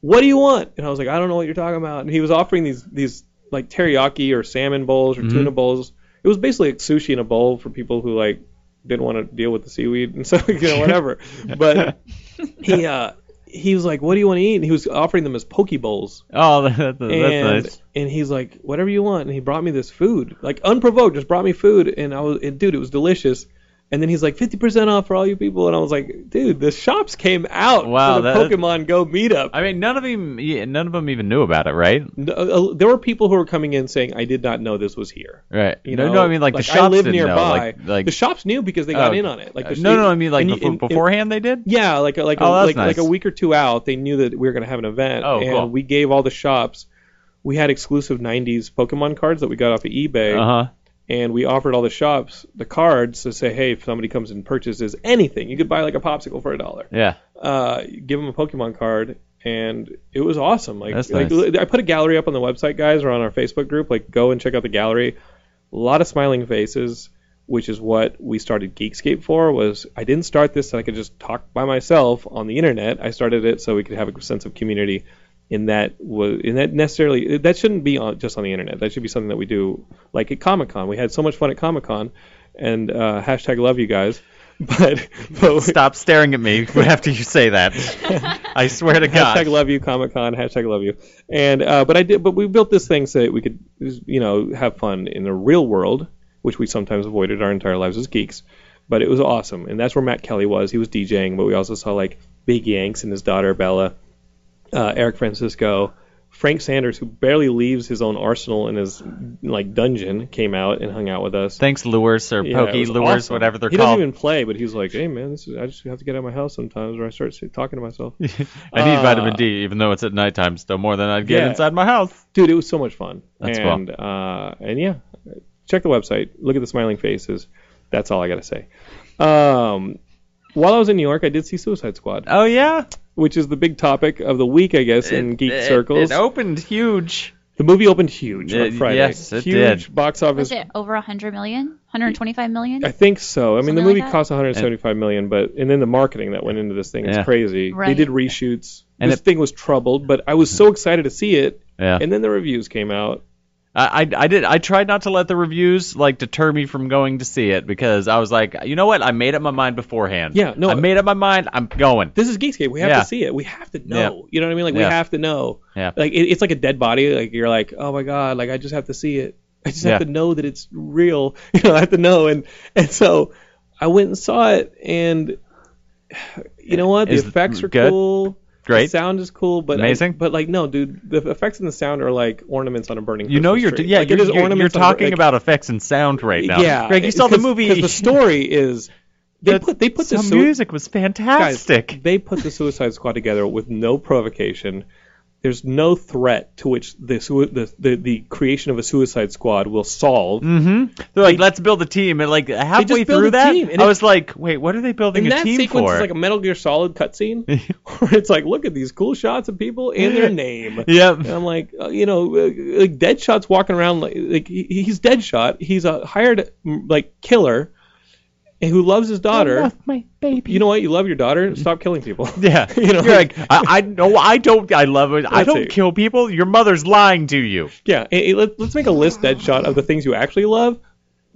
Speaker 2: what do you want?" And I was like, "I don't know what you're talking about." And he was offering these these like teriyaki or salmon bowls or tuna bowls. It was basically like sushi in a bowl for people who like didn't want to deal with the seaweed and so you know whatever. but he uh, he was like, "What do you want to eat?" And he was offering them as poke bowls
Speaker 3: Oh, that, that, that's
Speaker 2: and
Speaker 3: nice.
Speaker 2: and he's like, whatever you want, and he brought me this food, like unprovoked, just brought me food, and I was, and dude, it was delicious. And then he's like, 50% off for all you people, and I was like, dude, the shops came out
Speaker 3: Wow,
Speaker 2: for the
Speaker 3: that-
Speaker 2: Pokemon Go meetup.
Speaker 3: I mean, none of them, yeah, none of them even knew about it, right?
Speaker 2: N- uh, there were people who were coming in saying, I did not know this was here.
Speaker 3: Right.
Speaker 2: You
Speaker 3: no,
Speaker 2: know,
Speaker 3: no, I mean like, the shops
Speaker 2: I live
Speaker 3: didn't
Speaker 2: nearby.
Speaker 3: know. Like, like
Speaker 2: the shops knew because they got
Speaker 3: Oh,
Speaker 2: in on it. Like the,
Speaker 3: no, no, I mean like
Speaker 2: and you-
Speaker 3: befo-
Speaker 2: and- and-
Speaker 3: beforehand they did.
Speaker 2: Yeah, like a, like
Speaker 3: Oh,
Speaker 2: a,
Speaker 3: that's
Speaker 2: like, like
Speaker 3: nice.
Speaker 2: a week or two out, they knew that we were gonna have an event,
Speaker 3: Oh,
Speaker 2: and
Speaker 3: cool.
Speaker 2: we gave all the shops. We had exclusive '90s Pokemon cards that we got off of eBay,
Speaker 3: Uh huh.
Speaker 2: and we offered all the shops the cards to say, hey, if somebody comes and purchases anything, you could buy like a popsicle for a dollar.
Speaker 3: Yeah.
Speaker 2: Uh, give them a Pokemon card, and it was awesome. Like,
Speaker 3: That's
Speaker 2: like
Speaker 3: nice.
Speaker 2: I put a gallery up on the website, guys, or on our Facebook group. Like, go and check out the gallery. A lot of smiling faces, which is what we started Geekscape for. Was I didn't start this so I could just talk by myself on the internet. I started it so we could have a sense of community. And that was, and that necessarily, that shouldn't be on, just on the internet. That should be something that we do, like at Comic Con. We had so much fun at Comic Con, and uh, hashtag love you guys. But, but
Speaker 3: Stop staring at me after you say that. I swear to
Speaker 2: Hashtag
Speaker 3: God.
Speaker 2: love you Comic Con. Hashtag love you. And uh, but I did. But we built this thing so that we could, you know, have fun in the real world, which we sometimes avoided our entire lives as geeks. But it was awesome, and that's where Matt Kelly was. He was DJing, but we also saw like Big Yanks and his daughter Bella, uh, Eric Francisco, Frank Sanders, who barely leaves his own arsenal in his like dungeon, came out and hung out with us.
Speaker 3: Thanks, lures or
Speaker 2: Yeah, it
Speaker 3: pokey
Speaker 2: was
Speaker 3: lures,
Speaker 2: awesome.
Speaker 3: whatever they're
Speaker 2: he
Speaker 3: called.
Speaker 2: doesn't even play, but he's like, "Hey man, this is, I just have to get out of my house sometimes, or I start talking to myself."
Speaker 3: I need
Speaker 2: Uh,
Speaker 3: vitamin D, even though it's at nighttime, still more than I'd get
Speaker 2: Yeah.
Speaker 3: inside my house.
Speaker 2: dude, it was so much fun.
Speaker 3: That's cool.
Speaker 2: and, Uh, and yeah, check the website. Look at the smiling faces. That's all I gotta say. Um, while I was in New York, I did see Suicide Squad,
Speaker 3: Oh yeah,
Speaker 2: which is the big topic of the week, I guess, in geek
Speaker 3: It-
Speaker 2: circles.
Speaker 3: It opened huge.
Speaker 2: the movie opened huge on
Speaker 3: It-
Speaker 2: Friday.
Speaker 3: yes, it
Speaker 2: huge
Speaker 3: did.
Speaker 2: box office.
Speaker 4: Was it over 100 million? 125 million?
Speaker 2: I think so. I mean, the
Speaker 4: Something
Speaker 2: movie
Speaker 4: like that?
Speaker 2: cost 175 million, but and then the marketing that went into this thing is
Speaker 3: Yeah.
Speaker 2: crazy. They
Speaker 4: Right.
Speaker 2: did reshoots.
Speaker 3: And
Speaker 2: this
Speaker 3: it-
Speaker 2: thing was troubled, but I was so excited to see it.
Speaker 3: Yeah.
Speaker 2: And then the reviews came out.
Speaker 3: I, I I did I tried not to let the reviews like deter me from going to see it because I was like, you know what? I made up my mind beforehand.
Speaker 2: Yeah, no.
Speaker 3: I made up my mind. I'm going.
Speaker 2: This is Geekscape. We have
Speaker 3: Yeah.
Speaker 2: to see it. We have to know. You know what I mean? Like we
Speaker 3: Yeah.
Speaker 2: have to know.
Speaker 3: Yeah.
Speaker 2: Like it, it's like a dead body. Like you're like, oh my god. Like I just have to see it. I just have
Speaker 3: Yeah.
Speaker 2: to know that it's real. You know, I have to know. And and so I went and saw it, and you know what? The
Speaker 3: Is-
Speaker 2: effects are
Speaker 3: good?
Speaker 2: cool. The
Speaker 3: Great.
Speaker 2: sound is cool, but I-
Speaker 3: Amazing.
Speaker 2: but like no, dude, the effects and the sound are like ornaments on a burning.
Speaker 3: You know
Speaker 2: Christmas
Speaker 3: you're
Speaker 2: tree.
Speaker 3: yeah
Speaker 2: like,
Speaker 3: you're,
Speaker 2: it is
Speaker 3: you're, you're
Speaker 2: ornaments on a bur-
Speaker 3: talking
Speaker 2: like,
Speaker 3: about effects and sound right now.
Speaker 2: yeah.
Speaker 3: Greg, you saw the movie.
Speaker 2: Because the story is they
Speaker 3: That's-
Speaker 2: put they put the
Speaker 3: Some
Speaker 2: sui-
Speaker 3: music was fantastic.
Speaker 2: Guys, they put the Suicide Squad together with no provocation. There's no threat to which the sui- the, the, the creation of a Suicide Squad will solve.
Speaker 3: Mm. They're like, let's build a team, and like halfway
Speaker 2: build a
Speaker 3: through that,
Speaker 2: team, and
Speaker 3: I
Speaker 2: it-
Speaker 3: was like, wait, what are they building
Speaker 2: And
Speaker 3: a
Speaker 2: that
Speaker 3: team
Speaker 2: sequence
Speaker 3: for?
Speaker 2: is like a Metal Gear Solid cutscene, where it's like, look at these cool shots of people and their name.
Speaker 3: Yep.
Speaker 2: And I'm like, uh, you know, uh, like Deadshot's walking around like, like he, he's Deadshot. He's a hired mm, like killer, and who loves his daughter.
Speaker 3: my baby.
Speaker 2: You know what? You love your daughter. Stop killing people.
Speaker 3: yeah,
Speaker 2: You know,
Speaker 3: are like, I, I know, I don't, I love it. I
Speaker 2: That's
Speaker 3: don't
Speaker 2: it.
Speaker 3: kill people. Your mother's lying to you.
Speaker 2: Yeah, eh, eh, let, let's make a list, Deadshot, of the things you actually love.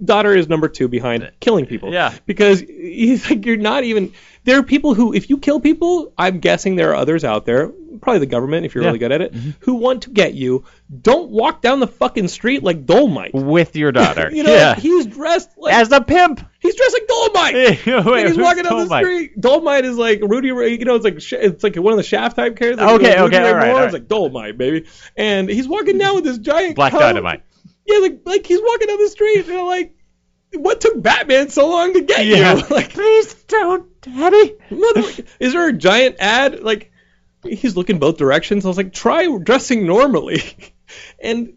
Speaker 2: Daughter is number two behind killing people.
Speaker 3: Yeah.
Speaker 2: Because he's like, you're not even. There are people who, if you kill people, I'm guessing there are others out there, probably the government if you're
Speaker 3: Yeah. Mm-hmm.
Speaker 2: really good at it, who want to get you. Don't walk down the fucking street like Dolmite.
Speaker 3: with your daughter.
Speaker 2: You know,
Speaker 3: yeah.
Speaker 2: he's dressed like
Speaker 3: As a pimp. Oh
Speaker 2: he's dressed like Dolmite.
Speaker 3: Wait,
Speaker 2: and he's
Speaker 3: who's
Speaker 2: walking down the
Speaker 3: Dolmite?
Speaker 2: street. Dolmite is like Rudy Ray. You know, it's like Sh- it's like one of the Shaft type characters. like
Speaker 3: Okay,
Speaker 2: Rudy
Speaker 3: okay,
Speaker 2: Ray
Speaker 3: all right,
Speaker 2: Moore.
Speaker 3: all
Speaker 2: It's
Speaker 3: right.
Speaker 2: like Dolmite, baby. And he's walking down with this giant
Speaker 3: Black
Speaker 2: coat.
Speaker 3: Dynamite.
Speaker 2: Yeah, like like he's walking down the street and I'm like, what took Batman so long to get
Speaker 3: Yeah.
Speaker 2: you? Like,
Speaker 3: Please don't, Daddy.
Speaker 2: mother, is there a giant ad? Like, he's looking both directions. I was like, try dressing normally, and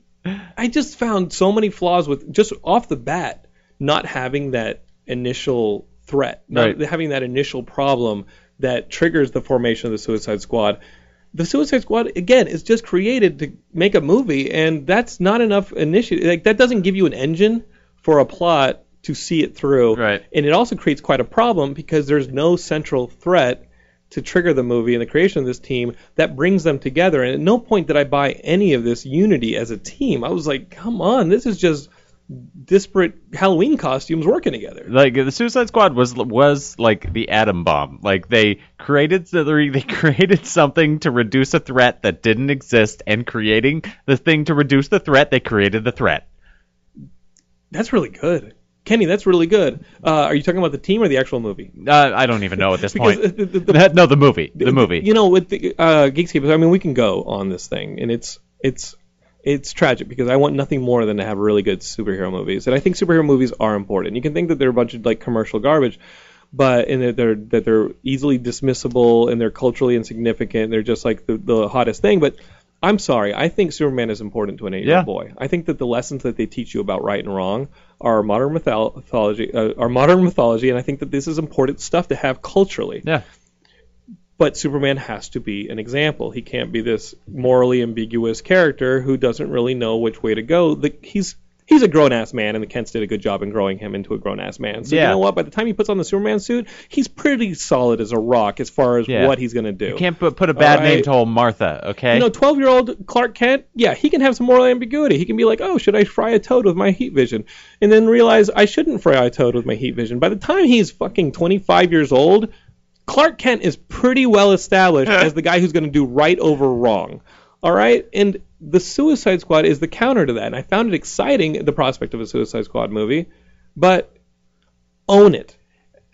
Speaker 2: I just found so many flaws with just off the bat not having that initial threat, not
Speaker 3: Right.
Speaker 2: having that initial problem that triggers the formation of the Suicide Squad the Suicide Squad again is just created to make a movie, and that's not enough initiative. Like that doesn't give you an engine for a plot to see it through.
Speaker 3: Right.
Speaker 2: And it also creates quite a problem because there's no central threat to trigger the movie and the creation of this team that brings them together. And at no point did I buy any of this unity as a team. I was like, come on, this is just disparate Halloween costumes working together.
Speaker 3: Like the Suicide Squad was was like the atom bomb. Like they created the they created something to reduce a threat that didn't exist, and creating the thing to reduce the threat, they created the threat.
Speaker 2: That's really good. Kenny, that's really good. Uh, are you talking about the team or the actual movie?
Speaker 3: Uh, I don't even know at this
Speaker 2: Because
Speaker 3: point.
Speaker 2: the- the- the-
Speaker 3: That- no, the movie. The movie.
Speaker 2: You know, with the uh, Geekscape, I mean, we can go on this thing, and it's it's it's tragic because I want nothing more than to have really good superhero movies, and I think superhero movies are important. You can think that they're a bunch of like commercial garbage, but and that they're that they're easily dismissible and they're culturally insignificant. They're just like the, the hottest thing, but. I'm sorry. I think Superman is important to an eight-year-old
Speaker 3: Yeah.
Speaker 2: boy. I think that the lessons that they teach you about right and wrong are modern mythol- mythology, uh, are modern mythology, and I think that this is important stuff to have culturally
Speaker 3: yeah.
Speaker 2: but Superman has to be an example. He can't be this morally ambiguous character who doesn't really know which way to go. The, he's he's a grown ass man, and the Kents did a good job in growing him into a grown ass man. So you
Speaker 3: Yeah.
Speaker 2: know what? By the time he puts on the Superman suit, he's pretty solid as a rock as far as
Speaker 3: Yeah.
Speaker 2: what he's gonna do.
Speaker 3: You can't put, put a bad
Speaker 2: Alright.
Speaker 3: name to old Martha, okay?
Speaker 2: You know, 12 year old Clark Kent, yeah, he can have some moral ambiguity. He can be like, oh, should I fry a toad with my heat vision? And then realize I shouldn't fry a toad with my heat vision. By the time he's fucking 25 years old, Clark Kent is pretty well established as the guy who's going to do right over wrong. All right? And the Suicide Squad is the counter to that. And I found it exciting, the prospect of a Suicide Squad movie, but own it.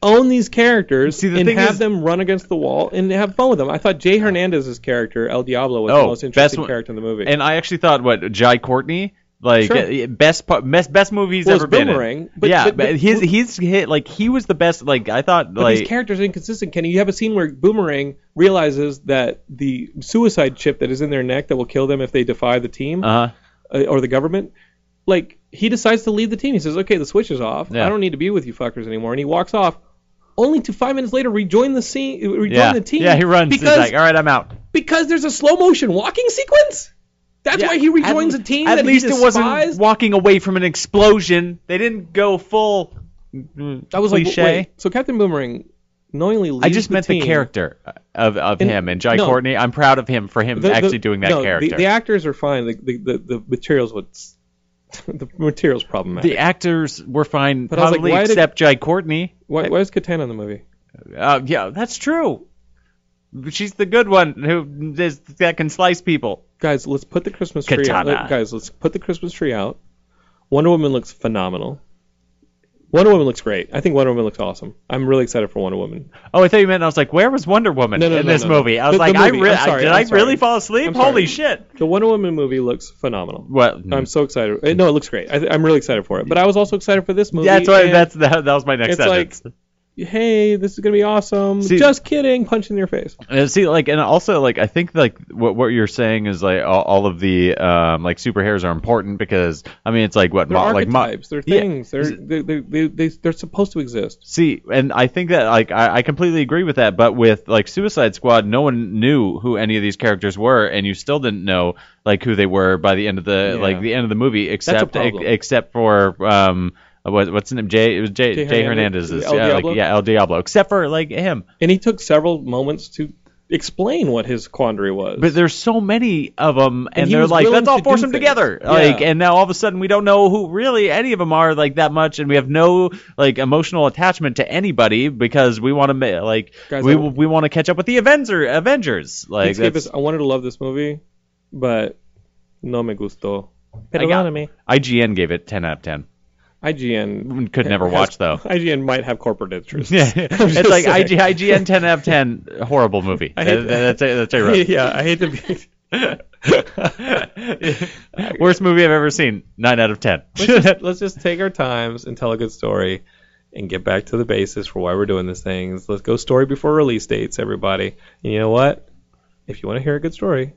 Speaker 2: own these characters
Speaker 3: See, the
Speaker 2: and
Speaker 3: thing
Speaker 2: have
Speaker 3: is-
Speaker 2: them run against the wall and have fun with them. I thought Jay Hernandez's character El Diablo was the
Speaker 3: Oh,
Speaker 2: most
Speaker 3: best
Speaker 2: interesting
Speaker 3: one-
Speaker 2: character in the movie.
Speaker 3: And I actually thought what Jai Courtney. Like
Speaker 2: Sure.
Speaker 3: uh, best part, best best movie he's
Speaker 2: Well, it's
Speaker 3: ever been
Speaker 2: Boomerang,
Speaker 3: in.
Speaker 2: but-
Speaker 3: yeah,
Speaker 2: but-
Speaker 3: but,
Speaker 2: but-
Speaker 3: his his hit like he was the best. Like I thought,
Speaker 2: But
Speaker 3: like
Speaker 2: these characters are inconsistent, Kenny. You have a scene where Boomerang realizes that the suicide chip that is in their neck that will kill them if they defy the team
Speaker 3: uh
Speaker 2: uh, or the government, like he decides to leave the team. He says, "Okay, the switch is off.
Speaker 3: Yeah.
Speaker 2: I don't need to be with you fuckers anymore," and he walks off. Only to five minutes later, rejoin the scene, uh, rejoin
Speaker 3: yeah,
Speaker 2: the team.
Speaker 3: yeah, he runs.
Speaker 2: because
Speaker 3: he's like, all right, I'm out.
Speaker 2: because there's a slow motion walking sequence. That's why he rejoins
Speaker 3: At-
Speaker 2: a team
Speaker 3: At
Speaker 2: that
Speaker 3: least
Speaker 2: he
Speaker 3: it
Speaker 2: despised.
Speaker 3: wasn't walking away from an explosion. They didn't go full.
Speaker 2: I was like,
Speaker 3: cliche.
Speaker 2: wait, so Captain Boomerang knowingly leaves
Speaker 3: I just meant
Speaker 2: team.
Speaker 3: the character uh, of, of
Speaker 2: And-
Speaker 3: him and Jai
Speaker 2: no.
Speaker 3: Courtney. I'm proud of him for him
Speaker 2: The- the-
Speaker 3: actually doing that
Speaker 2: no, the-
Speaker 3: character.
Speaker 2: The, actors are fine. The the, the, the materials what's the materials problematic.
Speaker 3: The actors were fine,
Speaker 2: But I was like,
Speaker 3: probably
Speaker 2: why did-
Speaker 3: except Jai Courtney.
Speaker 2: why, why is Katana in the movie?
Speaker 3: Uh, yeah, that's true. She's the good one who is, that can slice people.
Speaker 2: Guys, let's put the Christmas tree out.
Speaker 3: Katana.
Speaker 2: Let- Guys, let's put the Christmas tree out. Wonder Woman looks phenomenal. Wonder Woman looks great. I think Wonder Woman looks awesome. I'm really excited for Wonder Woman.
Speaker 3: Oh, I thought you meant. I was like, where was Wonder Woman
Speaker 2: No, no,
Speaker 3: in
Speaker 2: no,
Speaker 3: this
Speaker 2: no, no.
Speaker 3: movie? I was
Speaker 2: The-
Speaker 3: like,
Speaker 2: the
Speaker 3: I
Speaker 2: movie.
Speaker 3: re-
Speaker 2: I'm sorry,
Speaker 3: did
Speaker 2: I'm
Speaker 3: I
Speaker 2: sorry.
Speaker 3: really fall asleep?
Speaker 2: I'm sorry.
Speaker 3: Holy shit!
Speaker 2: The Wonder Woman movie looks phenomenal.
Speaker 3: What?
Speaker 2: I'm so excited. Uh, No, it looks great. I th- I'm really excited for it. But I was also excited for this movie.
Speaker 3: that's why.
Speaker 2: and
Speaker 3: That's that, that was my next
Speaker 2: It's like-
Speaker 3: sentence.
Speaker 2: hey, this is gonna be awesome.
Speaker 3: See-
Speaker 2: Just kidding. Punch in your face.
Speaker 3: And see, like, and also, like, I think, like, what what you're saying is like all, all of the um like superheroes are important because I mean, it's like what
Speaker 2: They're
Speaker 3: mo- like mo-
Speaker 2: archetypes. they're
Speaker 3: Yeah.
Speaker 2: things. They're they, they, they, they, are supposed to exist.
Speaker 3: See, and I think that like I, I completely agree with that, but with like Suicide Squad, no one knew who any of these characters were, and you still didn't know like who they were by the end of the
Speaker 2: Yeah.
Speaker 3: like the end of the movie, except
Speaker 2: problem.
Speaker 3: except for um what, what's his name Jay it was Jay,
Speaker 2: Jay
Speaker 3: Jay,
Speaker 2: Hernandez?
Speaker 3: Hernandez,
Speaker 2: El
Speaker 3: yeah
Speaker 2: Diablo?
Speaker 3: like, yeah El Diablo, except for like him.
Speaker 2: And he took several moments to explain what his quandary was.
Speaker 3: But there's so many of them, and,
Speaker 2: he
Speaker 3: they're
Speaker 2: was
Speaker 3: like,
Speaker 2: willing
Speaker 3: let's all
Speaker 2: to
Speaker 3: force
Speaker 2: do
Speaker 3: them
Speaker 2: things.
Speaker 3: together.
Speaker 2: Yeah.
Speaker 3: Like, and now all of a sudden we don't know who really any of them are like that much, and we have no like emotional attachment to anybody because we want to like
Speaker 2: Guys,
Speaker 3: we
Speaker 2: I-
Speaker 3: we want to catch up with the Avenger Avengers.
Speaker 2: Geekscape
Speaker 3: Like, that's-
Speaker 2: is- I wanted to love this movie, but no me gustó.
Speaker 3: I got- eh?
Speaker 2: Perdóname.
Speaker 3: IGN gave it 10 out of 10.
Speaker 2: IGN
Speaker 3: Could never
Speaker 2: has-
Speaker 3: watch though.
Speaker 2: IGN might have corporate interests.
Speaker 3: Yeah,
Speaker 2: just
Speaker 3: it's like
Speaker 2: saying.
Speaker 3: IG, IGN 10 out of 10 horrible movie.
Speaker 2: I hate
Speaker 3: That- that's it- that's it, right.
Speaker 2: yeah, I hate to be.
Speaker 3: Worst movie I've ever seen. Nine out of 10
Speaker 2: Let's just, let's just take our times and tell a good story, and get back to the basis for why we're doing these things. Let's go story before release dates, everybody. And you know what? If you want to hear a good story,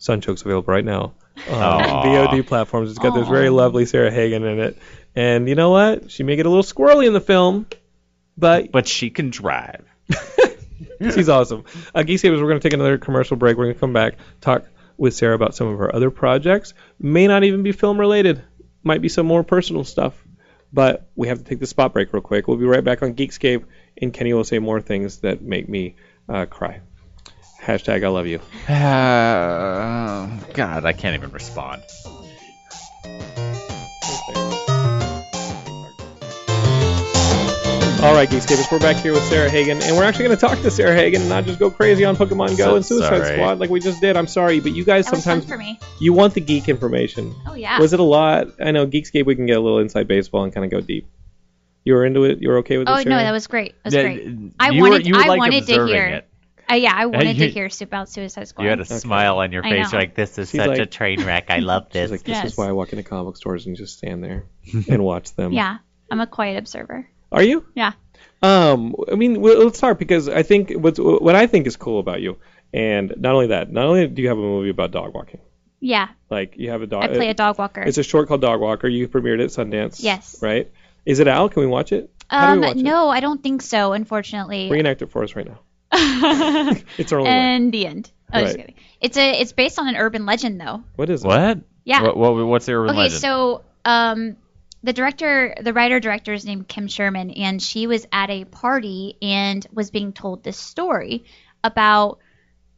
Speaker 2: Sunchoke's available right now Um, on
Speaker 3: Aw.
Speaker 2: VOD platforms. It's got this very lovely Sarah Hagen in it, and you know what? She may get a little squirrely in the film, but
Speaker 3: but she can drive.
Speaker 2: She's awesome. Uh, Geek Savers, we're going to take another commercial break. We're going to come back, talk with Sarah about some of her other projects. May not even be film related, might be some more personal stuff. But we have to take the spot break real quick. We'll be right back on Geekscape, and Kenny will say more things that make me uh, cry. Hashtag I love you.
Speaker 3: Uh, God, I can't even respond.
Speaker 2: All right, Geekscapers, we're back here with Sarah Hagen, and we're actually going to talk to Sarah Hagen and not just go crazy on Pokemon Go
Speaker 3: So
Speaker 2: and Suicide
Speaker 3: sorry.
Speaker 2: Squad like we just did. I'm sorry, but you guys
Speaker 4: That was fun
Speaker 2: sometimes
Speaker 4: for me.
Speaker 2: you want the geek information.
Speaker 4: Oh yeah.
Speaker 2: Was it a lot? I know Geekscape, we can get a little inside baseball and kind of go deep. You were into it. You were okay with it.
Speaker 4: oh no,
Speaker 2: Sarah?
Speaker 4: that was great. That was
Speaker 3: Yeah,
Speaker 4: great.
Speaker 3: you
Speaker 4: I
Speaker 3: were-
Speaker 4: wanted.
Speaker 3: you were,
Speaker 4: I
Speaker 3: like,
Speaker 4: wanted to
Speaker 3: observing
Speaker 4: hear.
Speaker 3: it.
Speaker 4: Uh, yeah, I wanted
Speaker 3: you-
Speaker 4: to hear about Suicide Squad.
Speaker 3: You had a smile on your
Speaker 4: I
Speaker 3: face,
Speaker 4: know.
Speaker 3: you're like this is
Speaker 2: She's
Speaker 3: such
Speaker 2: like-
Speaker 3: a train wreck. I love
Speaker 2: She's
Speaker 3: this.
Speaker 2: like, this is
Speaker 4: Yes.
Speaker 2: why I walk into comic stores and just stand there and watch them.
Speaker 4: yeah, I'm a quiet observer.
Speaker 2: Are you?
Speaker 4: Yeah.
Speaker 2: Um, I mean, well, let's start because I think what's what I think is cool about you, and not only that, not only do you have a movie about dog walking,
Speaker 4: Yeah,
Speaker 2: like you have a dog.
Speaker 4: I play a dog walker.
Speaker 2: Uh, It's a short called Dog Walker. You premiered it at Sundance.
Speaker 4: Yes.
Speaker 2: Right. Is it out? Can we watch it? How do
Speaker 4: um,
Speaker 2: we watch it?
Speaker 4: no, I don't think so. Unfortunately.
Speaker 2: Reenact it for us right now. It's our only way.
Speaker 4: and the end. Oh, just
Speaker 2: Right.
Speaker 4: kidding. It's a. It's based on an urban legend though.
Speaker 2: What is it?
Speaker 3: what?
Speaker 4: Yeah.
Speaker 3: What, what, what's the urban
Speaker 4: okay,
Speaker 3: legend?
Speaker 4: so um, the director, the writer director is named Kim Sherman, and she was at a party and was being told this story about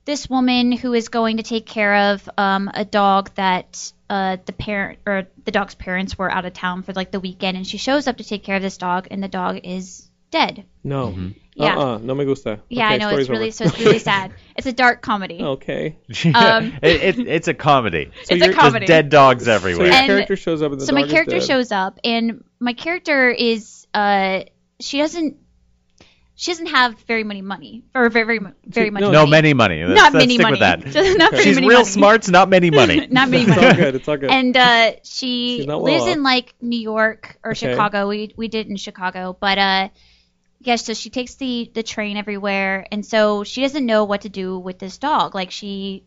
Speaker 4: this woman who is going to take care of um, a dog that uh, the parent or the dog's parents were out of town for like the weekend, and she shows up to take care of this dog, and the dog is dead.
Speaker 2: No.
Speaker 4: Yeah.
Speaker 2: Uh-uh. No me gusta.
Speaker 4: Yeah,
Speaker 2: okay,
Speaker 4: I know it's
Speaker 2: story's
Speaker 4: really
Speaker 2: over.
Speaker 4: so it's really sad. It's a dark comedy.
Speaker 2: Okay.
Speaker 4: um,
Speaker 3: it, it, it's a comedy.
Speaker 4: it's
Speaker 2: you're-
Speaker 4: a
Speaker 2: it's
Speaker 4: comedy.
Speaker 3: There's dead dogs
Speaker 2: So your
Speaker 3: everywhere.
Speaker 4: And-
Speaker 2: character shows up in the
Speaker 4: so my
Speaker 2: dog is
Speaker 4: character
Speaker 2: dead.
Speaker 4: shows up and my character is uh she doesn't she doesn't have very many money or very very, very much.
Speaker 2: No,
Speaker 3: No,
Speaker 4: money.
Speaker 3: many money. Let's,
Speaker 4: not
Speaker 3: let's
Speaker 4: many
Speaker 3: stick
Speaker 4: money.
Speaker 3: with that.
Speaker 4: Just not very
Speaker 3: She's
Speaker 4: many
Speaker 3: real
Speaker 4: money.
Speaker 3: smart, not many money.
Speaker 4: not many
Speaker 2: It's all
Speaker 4: money.
Speaker 2: good. It's all good.
Speaker 4: And uh, she
Speaker 2: She's not well
Speaker 4: lives in
Speaker 2: off.
Speaker 4: like New York or
Speaker 2: Okay.
Speaker 4: Chicago. We we did in Chicago, but uh, yeah. So she takes the the train everywhere, and so she doesn't know what to do with this dog. Like she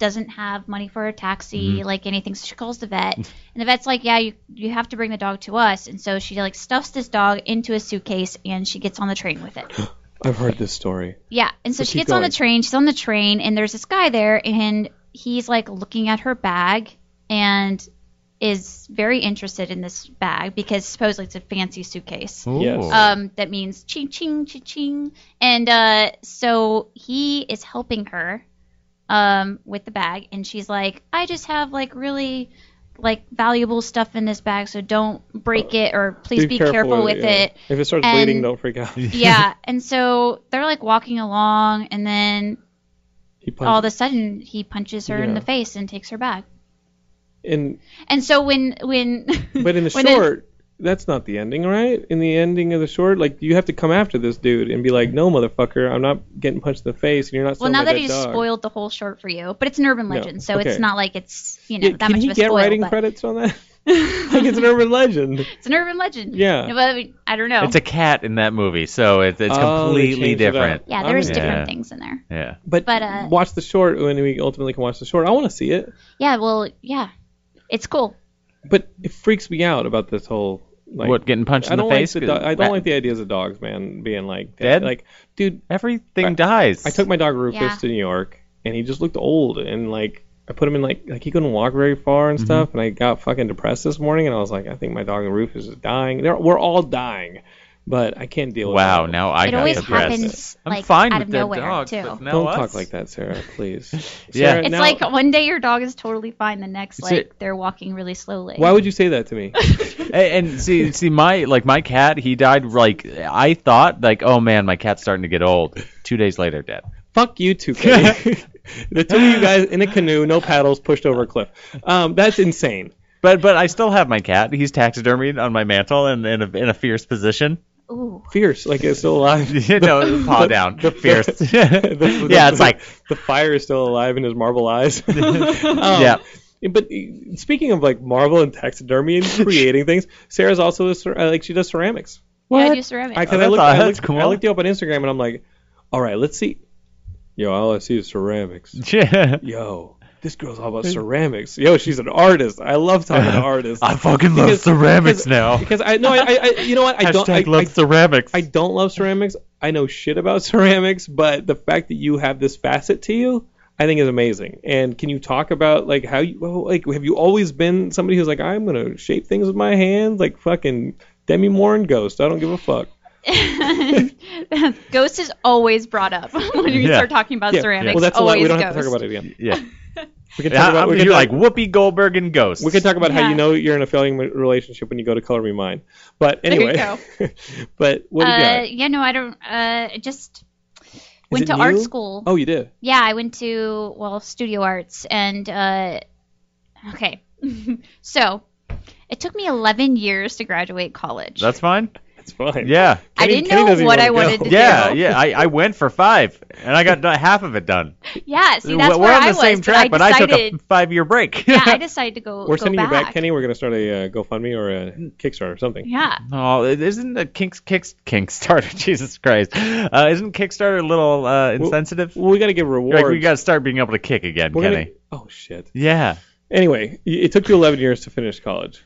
Speaker 4: doesn't have money for a taxi,
Speaker 2: Mm-hmm.
Speaker 4: like anything. So she calls the vet, and the vet's like, "Yeah, you you have to bring the dog to us." And so she like stuffs this dog into a suitcase, and she gets on the train with it.
Speaker 2: I've heard this story.
Speaker 4: Yeah, and so
Speaker 2: But
Speaker 4: she
Speaker 2: keep
Speaker 4: gets on
Speaker 2: going.
Speaker 4: the train. She's on the train, and there's this guy there, and he's like looking at her bag, and is very interested in this bag because supposedly it's a fancy suitcase.
Speaker 2: Yes.
Speaker 3: Ooh.
Speaker 4: Um, that means ching ching ching ching, and uh, so he is helping her, um, with the bag, and she's like, I just have like really. Like valuable stuff in this bag, so don't break it or please be, careful, with
Speaker 2: yeah.
Speaker 4: it.
Speaker 2: If it starts
Speaker 4: And-
Speaker 2: bleeding, don't freak out.
Speaker 4: Yeah, and so they're like walking along, and then
Speaker 2: He
Speaker 4: all of
Speaker 2: punched-
Speaker 4: a sudden he punches her in
Speaker 2: Yeah.
Speaker 4: the face and takes her back.
Speaker 2: And
Speaker 4: And so when when
Speaker 2: but in the
Speaker 4: when
Speaker 2: short, that's not the ending, right? In the ending of the short, like you have to come after this dude and be like, "No, motherfucker, I'm not getting punched in the face, and you're not."
Speaker 4: well,
Speaker 2: stealing
Speaker 4: now
Speaker 2: my
Speaker 4: that
Speaker 2: dead
Speaker 4: he
Speaker 2: dog."
Speaker 4: spoiled the whole short for you, but it's an urban
Speaker 2: No,
Speaker 4: legend, so
Speaker 2: okay.
Speaker 4: it's not like it's you know
Speaker 2: Yeah,
Speaker 4: that
Speaker 2: can
Speaker 4: much
Speaker 2: he
Speaker 4: of a
Speaker 2: get
Speaker 4: spoil.
Speaker 2: writing
Speaker 4: but
Speaker 2: credits on that? like it's an urban legend.
Speaker 4: It's an urban legend.
Speaker 2: Yeah.
Speaker 4: No, but I don't know.
Speaker 3: It's a cat in that movie, so it's it's
Speaker 2: Oh, they
Speaker 3: completely
Speaker 2: changed it up.
Speaker 3: different.
Speaker 4: yeah,
Speaker 2: I'm
Speaker 4: there's
Speaker 3: gonna-
Speaker 4: different
Speaker 3: Yeah.
Speaker 4: things in there.
Speaker 3: Yeah.
Speaker 2: But,
Speaker 4: But, uh,
Speaker 2: watch the short when we ultimately can watch the short. I want to see it,
Speaker 4: Yeah, well, yeah, it's cool.
Speaker 2: but it freaks me out about this whole like.
Speaker 3: what getting punched
Speaker 2: I
Speaker 3: in the
Speaker 2: don't like
Speaker 3: face?
Speaker 2: the do- I don't like the ideas of dogs, man, being like
Speaker 3: Dead?
Speaker 2: Like, dude,
Speaker 3: Everything dies.
Speaker 2: I took my dog Rufus
Speaker 4: Yeah.
Speaker 2: to New York, and he just looked old, and like I put him in like like he couldn't walk very far
Speaker 3: Mm-hmm.
Speaker 2: and stuff, and I got fucking depressed this morning, and I was like, I think my dog Rufus is dying. They're, we're all dying, but I can't deal with
Speaker 3: Wow,
Speaker 2: it.
Speaker 3: now I
Speaker 4: it
Speaker 3: got
Speaker 4: always
Speaker 3: depressed.
Speaker 4: happens
Speaker 3: I'm
Speaker 4: like
Speaker 3: fine
Speaker 4: out
Speaker 3: with
Speaker 4: of
Speaker 3: dead
Speaker 4: nowhere
Speaker 3: dogs,
Speaker 4: too.
Speaker 3: but now
Speaker 2: Don't
Speaker 3: us?
Speaker 2: talk like that, Sarah, please.
Speaker 3: Yeah.
Speaker 2: Sarah,
Speaker 4: It's
Speaker 2: now-
Speaker 4: like one day your dog is totally fine, the next
Speaker 3: It's
Speaker 4: like
Speaker 3: a-
Speaker 4: they're walking really slowly.
Speaker 2: Why would you say that to me?
Speaker 3: And, and see, see, my like my cat, he died like I thought, like oh man, my cat's starting to get old. Two days later, dead.
Speaker 2: Fuck you two, Katie. the two of you guys in a canoe, no paddles, pushed over a cliff. Um, that's insane.
Speaker 3: But but I still have my cat. He's taxidermied on my mantle and in a, in a fierce position.
Speaker 4: Ooh,
Speaker 2: Fierce, like it's still alive.
Speaker 3: you know, paw down, fierce.
Speaker 2: The-
Speaker 3: yeah, it's like
Speaker 2: the fire is still alive in his marble eyes. Um,
Speaker 3: yeah.
Speaker 2: But uh, speaking of like Marvel and taxidermy and creating things, Sarah's also a, cer- uh, like she does ceramics.
Speaker 4: yeah, I
Speaker 3: What?
Speaker 4: do ceramics.
Speaker 2: I, 'cause
Speaker 3: Oh,
Speaker 2: I
Speaker 3: that's
Speaker 2: looked,
Speaker 3: aw-
Speaker 2: I,
Speaker 3: that's
Speaker 2: looked,
Speaker 3: cool.
Speaker 2: I looked you up on Instagram and I'm like, all right, let's see. Yo, all I see is ceramics.
Speaker 3: Yeah.
Speaker 2: Yo, this girl's all about ceramics. Yo, she's an artist. I love talking to artists.
Speaker 3: I fucking love
Speaker 2: Because-
Speaker 3: ceramics
Speaker 2: because-
Speaker 3: now.
Speaker 2: Because I no, I, I, I you know what? I don't. I,
Speaker 3: Hashtag love
Speaker 2: I-
Speaker 3: ceramics.
Speaker 2: I don't love ceramics. I know shit about ceramics, but the fact that you have this facet to you, I think is amazing. And can you talk about like how you well, like have you always been somebody who's like I'm gonna shape things with my hands like fucking Demi Moore and Ghost. I don't give a fuck.
Speaker 4: Ghost is always brought up when we
Speaker 3: Yeah.
Speaker 4: start talking about ceramics.
Speaker 2: Well, that's a lot.
Speaker 4: always
Speaker 2: We don't
Speaker 4: ghost.
Speaker 2: have to talk about it again.
Speaker 3: yeah.
Speaker 2: We can talk
Speaker 3: yeah
Speaker 2: about.
Speaker 3: I'm-
Speaker 2: we can
Speaker 3: you're
Speaker 2: talk-
Speaker 3: like Whoopi Goldberg and ghosts.
Speaker 2: We could talk about how
Speaker 4: Yeah.
Speaker 2: you know you're in a failing relationship when you go to Color Me Mine. But
Speaker 4: you
Speaker 2: anyway. but what do you
Speaker 4: Uh,
Speaker 2: got?
Speaker 4: yeah, no, I don't. Uh, I just went
Speaker 2: it
Speaker 4: to art
Speaker 2: new?
Speaker 4: school.
Speaker 2: Oh, you did.
Speaker 4: Yeah, I went to well studio arts and uh, okay, so it took me 11 years to graduate college.
Speaker 3: That's fine.
Speaker 2: That's fine.
Speaker 3: Yeah.
Speaker 4: I
Speaker 2: Kenny-
Speaker 4: didn't
Speaker 2: Kenny
Speaker 4: know
Speaker 2: doesn't
Speaker 4: what I
Speaker 2: even wanna
Speaker 4: wanted
Speaker 2: go.
Speaker 4: to
Speaker 3: Yeah,
Speaker 4: do.
Speaker 3: yeah. I, I went for five, and I got done- half of it done.
Speaker 4: Yeah, see, that's
Speaker 3: We're
Speaker 4: where
Speaker 3: on the
Speaker 4: I was.
Speaker 3: same
Speaker 4: but
Speaker 3: track,
Speaker 4: I
Speaker 3: but I took
Speaker 4: decided.
Speaker 3: a five-year break.
Speaker 4: yeah, I decided to go.
Speaker 2: We're
Speaker 4: go
Speaker 2: sending you
Speaker 4: back.
Speaker 2: back, Kenny. We're gonna start a uh, GoFundMe or a Kickstarter or something.
Speaker 4: Yeah.
Speaker 3: Oh, it isn't a kinks kicks Kickstarter? Jesus Christ! Uh, isn't Kickstarter a little uh, insensitive?
Speaker 2: Well, we gotta give rewards.
Speaker 3: like we got to start being able to kick again,
Speaker 2: We're
Speaker 3: Kenny.
Speaker 2: gonna- oh shit.
Speaker 3: Yeah.
Speaker 2: Anyway, y- it took you 11 years to finish college.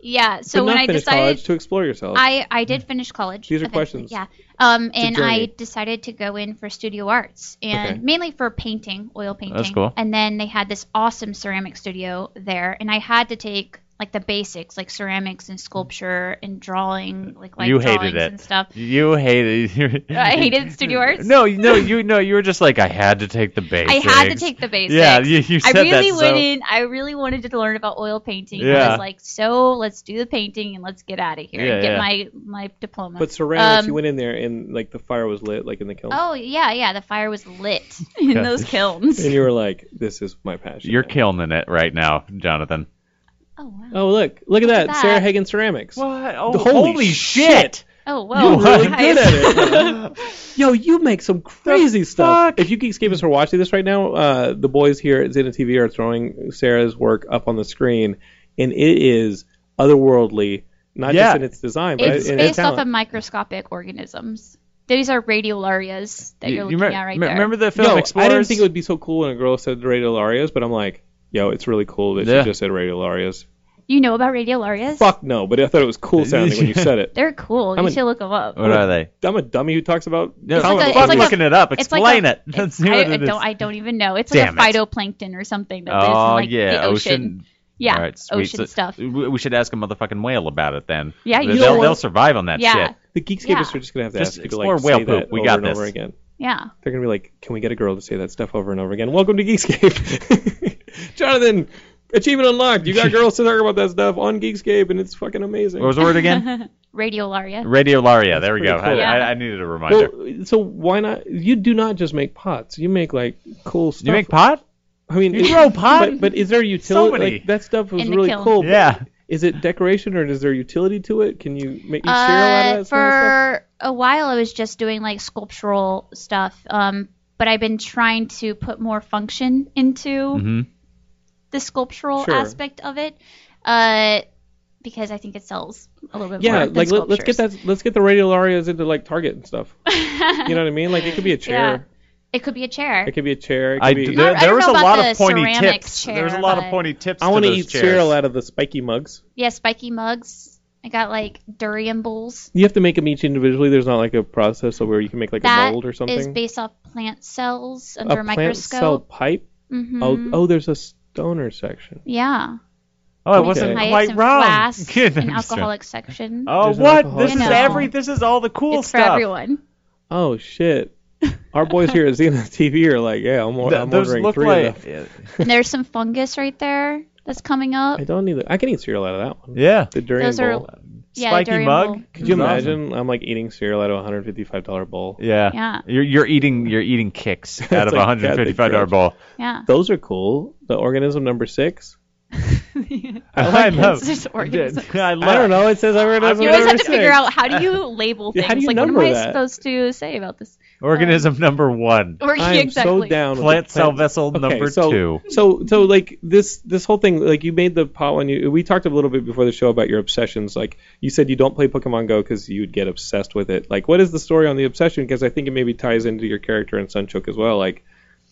Speaker 4: Yeah.
Speaker 2: To
Speaker 4: So when
Speaker 2: not
Speaker 4: I
Speaker 2: finish
Speaker 4: decided
Speaker 2: college to explore yourself.
Speaker 4: I, I
Speaker 3: Mm.
Speaker 4: did finish college.
Speaker 2: These are
Speaker 4: eventually,
Speaker 2: questions.
Speaker 4: Yeah. Um, and I
Speaker 2: journey.
Speaker 4: decided to go in for studio arts and
Speaker 2: Okay.
Speaker 4: mainly for painting, oil painting.
Speaker 3: cool.
Speaker 4: And then they had this awesome ceramic studio there, and I had to take like the basics, like ceramics and sculpture and drawing, like like
Speaker 3: You hated
Speaker 4: drawings
Speaker 3: it.
Speaker 4: and stuff.
Speaker 3: You hated.
Speaker 4: I hated studio arts.
Speaker 3: No, you- no, you no, you were just like I had to take the basics.
Speaker 4: I had to take the basics.
Speaker 3: Yeah, you, you
Speaker 4: I
Speaker 3: said
Speaker 4: really
Speaker 3: that.
Speaker 4: went
Speaker 3: so-
Speaker 4: in. I really wanted to learn about oil painting. I
Speaker 3: Yeah.
Speaker 4: was like, so let's do the painting and let's get out of here
Speaker 3: Yeah,
Speaker 4: and get
Speaker 3: yeah.
Speaker 4: my my diploma.
Speaker 2: but ceramics,
Speaker 4: um,
Speaker 2: you went in there and like the fire was lit, like in the kiln,
Speaker 4: Oh yeah, yeah. The fire was lit in
Speaker 3: Yeah.
Speaker 4: those kilns.
Speaker 2: and you were like, "This is my passion."
Speaker 3: You're killing it right now, Jonathan.
Speaker 4: Oh wow.
Speaker 2: Oh look, look at that,
Speaker 4: that.
Speaker 2: Sarah Hagen ceramics.
Speaker 3: What?
Speaker 2: holy shit.
Speaker 4: Oh, whoa.
Speaker 2: You're really
Speaker 4: Hi.
Speaker 2: good at it. Yo, you make some crazy stuff.
Speaker 3: fuck?
Speaker 2: If you Geekscapists are watching this right now, uh, the boys here at Zeta TV are throwing Sarah's work up on the screen, and it is otherworldly, not
Speaker 3: Yeah.
Speaker 2: just in its design, but
Speaker 4: It's
Speaker 2: in its
Speaker 4: based off of
Speaker 2: talent.
Speaker 4: microscopic organisms. These are radiolarias that
Speaker 3: You-
Speaker 4: you, are
Speaker 3: you
Speaker 4: looking
Speaker 3: me-
Speaker 4: at right
Speaker 3: me-
Speaker 4: there.
Speaker 3: Remember the film
Speaker 2: Yo,
Speaker 3: Explorers?
Speaker 2: I didn't think it would be so cool when a girl said Radiolarias, but I'm like, yo, it's really cool that
Speaker 3: Yeah.
Speaker 2: she just said Radiolarias.
Speaker 4: you know about radiolarias?
Speaker 2: Fuck no, but I thought it was cool sounding when you said it.
Speaker 4: They're cool.
Speaker 2: I'm
Speaker 4: you
Speaker 2: an-
Speaker 4: should look them up.
Speaker 3: What are they?
Speaker 2: I'm a dummy who talks about.
Speaker 3: No,
Speaker 4: like a-
Speaker 3: fuck
Speaker 4: it's like a-
Speaker 3: looking it up. Explain
Speaker 4: like a-
Speaker 3: it. Let's
Speaker 4: I,
Speaker 3: see what
Speaker 4: I
Speaker 3: it is.
Speaker 4: don't. I don't even know. It's
Speaker 3: Damn
Speaker 4: like
Speaker 3: it.
Speaker 4: a phytoplankton or something that lives in
Speaker 3: Oh
Speaker 4: like
Speaker 3: yeah,
Speaker 4: the ocean. Yeah,
Speaker 3: All right, sweet.
Speaker 4: ocean
Speaker 3: So
Speaker 4: stuff.
Speaker 3: We we should ask a motherfucking whale about it then.
Speaker 4: Yeah, you
Speaker 3: they'll,
Speaker 4: know
Speaker 3: they'll,
Speaker 4: what?
Speaker 3: they'll survive on that
Speaker 4: Yeah.
Speaker 3: shit.
Speaker 2: The Geekscapists
Speaker 4: Yeah.
Speaker 2: are just gonna have to
Speaker 3: Just
Speaker 2: ask you to like
Speaker 3: explore whale
Speaker 2: say that
Speaker 3: poop. We
Speaker 2: over
Speaker 3: got
Speaker 2: and over
Speaker 3: this.
Speaker 2: again.
Speaker 4: Yeah.
Speaker 2: They're gonna be like, "Can we get a girl to say that stuff over and over again?" Welcome to Geekscape, Jonathan. Achievement unlocked. You got girls to talk about that stuff on Geekscape, and it's fucking amazing.
Speaker 3: What was the word again?
Speaker 4: Radiolaria.
Speaker 3: Radiolaria. There we go.
Speaker 2: pretty cool.
Speaker 3: I,
Speaker 4: Yeah.
Speaker 3: I, I needed a reminder.
Speaker 2: well, so why not? You do not just make pots. You make like cool stuff.
Speaker 3: you make pot?
Speaker 2: I mean,
Speaker 3: You
Speaker 2: it-
Speaker 3: grow pot?
Speaker 2: But, but is there utility?
Speaker 3: So many.
Speaker 2: Like that stuff was
Speaker 4: In the
Speaker 2: really
Speaker 4: kiln.
Speaker 2: cool. but
Speaker 3: Yeah.
Speaker 2: Is it decoration or is there utility to it? Can you make eat cereal out of
Speaker 4: Uh,
Speaker 2: that? sort of stuff?
Speaker 4: for a while, I was just doing like sculptural stuff, um, but I've been trying to put more function into the sculptural
Speaker 2: Mm-hmm. Sure.
Speaker 4: aspect of it, uh, because I think it sells a little bit more.
Speaker 2: Yeah,
Speaker 4: than
Speaker 2: like let, let's get
Speaker 4: sculptures.
Speaker 2: that. Let's get the radiolarias into like Target and stuff. you know what I mean? Like it could be a chair.
Speaker 4: It could be a chair.
Speaker 2: It could be a chair. It could
Speaker 3: I,
Speaker 2: be,
Speaker 3: d- there,
Speaker 4: I
Speaker 3: there
Speaker 4: don't
Speaker 3: was a
Speaker 4: know about
Speaker 3: lot
Speaker 4: the
Speaker 3: of pointy
Speaker 4: ceramic
Speaker 3: tips.
Speaker 4: chair,
Speaker 3: there was a lot of
Speaker 4: but-
Speaker 3: pointy tips.
Speaker 2: I
Speaker 3: to
Speaker 2: want to
Speaker 3: those
Speaker 2: eat
Speaker 3: chairs.
Speaker 2: cereal out of the spiky mugs.
Speaker 4: Yeah, spiky mugs. I got like durian bowls.
Speaker 2: You have to make them each individually. There's not like a process of where you can make like a
Speaker 4: That
Speaker 2: mold or
Speaker 4: is
Speaker 2: something.
Speaker 4: based off plant cells
Speaker 2: a
Speaker 4: under a,
Speaker 2: plant cell
Speaker 4: microscope.
Speaker 2: pipe.
Speaker 4: hmm
Speaker 2: Oh, oh, there's a stoner section.
Speaker 4: Yeah.
Speaker 3: Oh, I
Speaker 2: Okay.
Speaker 3: wasn't
Speaker 4: Diets
Speaker 3: quite
Speaker 4: and
Speaker 3: wrong.
Speaker 4: flasks
Speaker 3: Good.
Speaker 4: and
Speaker 3: I'm just-
Speaker 4: alcoholic section.
Speaker 3: Oh,
Speaker 2: There's an
Speaker 3: what?
Speaker 2: alcohol
Speaker 3: This is
Speaker 4: section.
Speaker 3: every. This is all the cool
Speaker 4: it's
Speaker 3: stuff.
Speaker 4: for everyone.
Speaker 2: Oh shit. Our boys here at Xena TV are like, yeah, I'm,
Speaker 3: Th-
Speaker 2: I'm
Speaker 3: those
Speaker 2: ordering
Speaker 3: look
Speaker 2: three
Speaker 3: like.
Speaker 2: of them.
Speaker 4: And there's some fungus right there that's coming up.
Speaker 2: I don't need. The, I can eat cereal out of that one.
Speaker 3: Yeah.
Speaker 2: The durian
Speaker 4: Those are-
Speaker 2: bowl.
Speaker 4: Yeah,
Speaker 3: Spiky
Speaker 4: durian
Speaker 3: mug.
Speaker 4: bowl.
Speaker 2: Could you
Speaker 3: That's awesome.
Speaker 2: imagine? I'm like eating cereal out of a 155 dollar bowl.
Speaker 3: Yeah.
Speaker 4: Yeah.
Speaker 3: You're you're eating you're eating kicks out of a
Speaker 2: like
Speaker 3: hundred fifty five
Speaker 2: Catholic
Speaker 3: dollar
Speaker 2: Church.
Speaker 3: bowl.
Speaker 4: Yeah.
Speaker 2: Those are cool. The organism number six.
Speaker 3: I, love.
Speaker 4: There's organisms.
Speaker 3: I
Speaker 2: I don't
Speaker 3: love.
Speaker 2: know. It says organism number
Speaker 4: You always have to
Speaker 2: six.
Speaker 4: figure out how do you label
Speaker 2: Yeah,
Speaker 4: things.
Speaker 2: how do you
Speaker 4: like, what am
Speaker 2: number
Speaker 4: I
Speaker 2: that?
Speaker 4: supposed to say about this?
Speaker 3: Organism number one.
Speaker 4: Or
Speaker 2: I am
Speaker 4: exactly.
Speaker 2: so down. with the
Speaker 3: Plant cell
Speaker 2: plant-
Speaker 3: vessel
Speaker 2: Okay,
Speaker 3: number
Speaker 2: so,
Speaker 3: two.
Speaker 2: So so like this this whole thing like you made the pot one. You, we talked a little bit before the show about your obsessions. Like you said, you don't play Pokemon Go because you'd get obsessed with it. Like what is the story on the obsession? Because I think it maybe ties into your character in Sunchoke as well. Like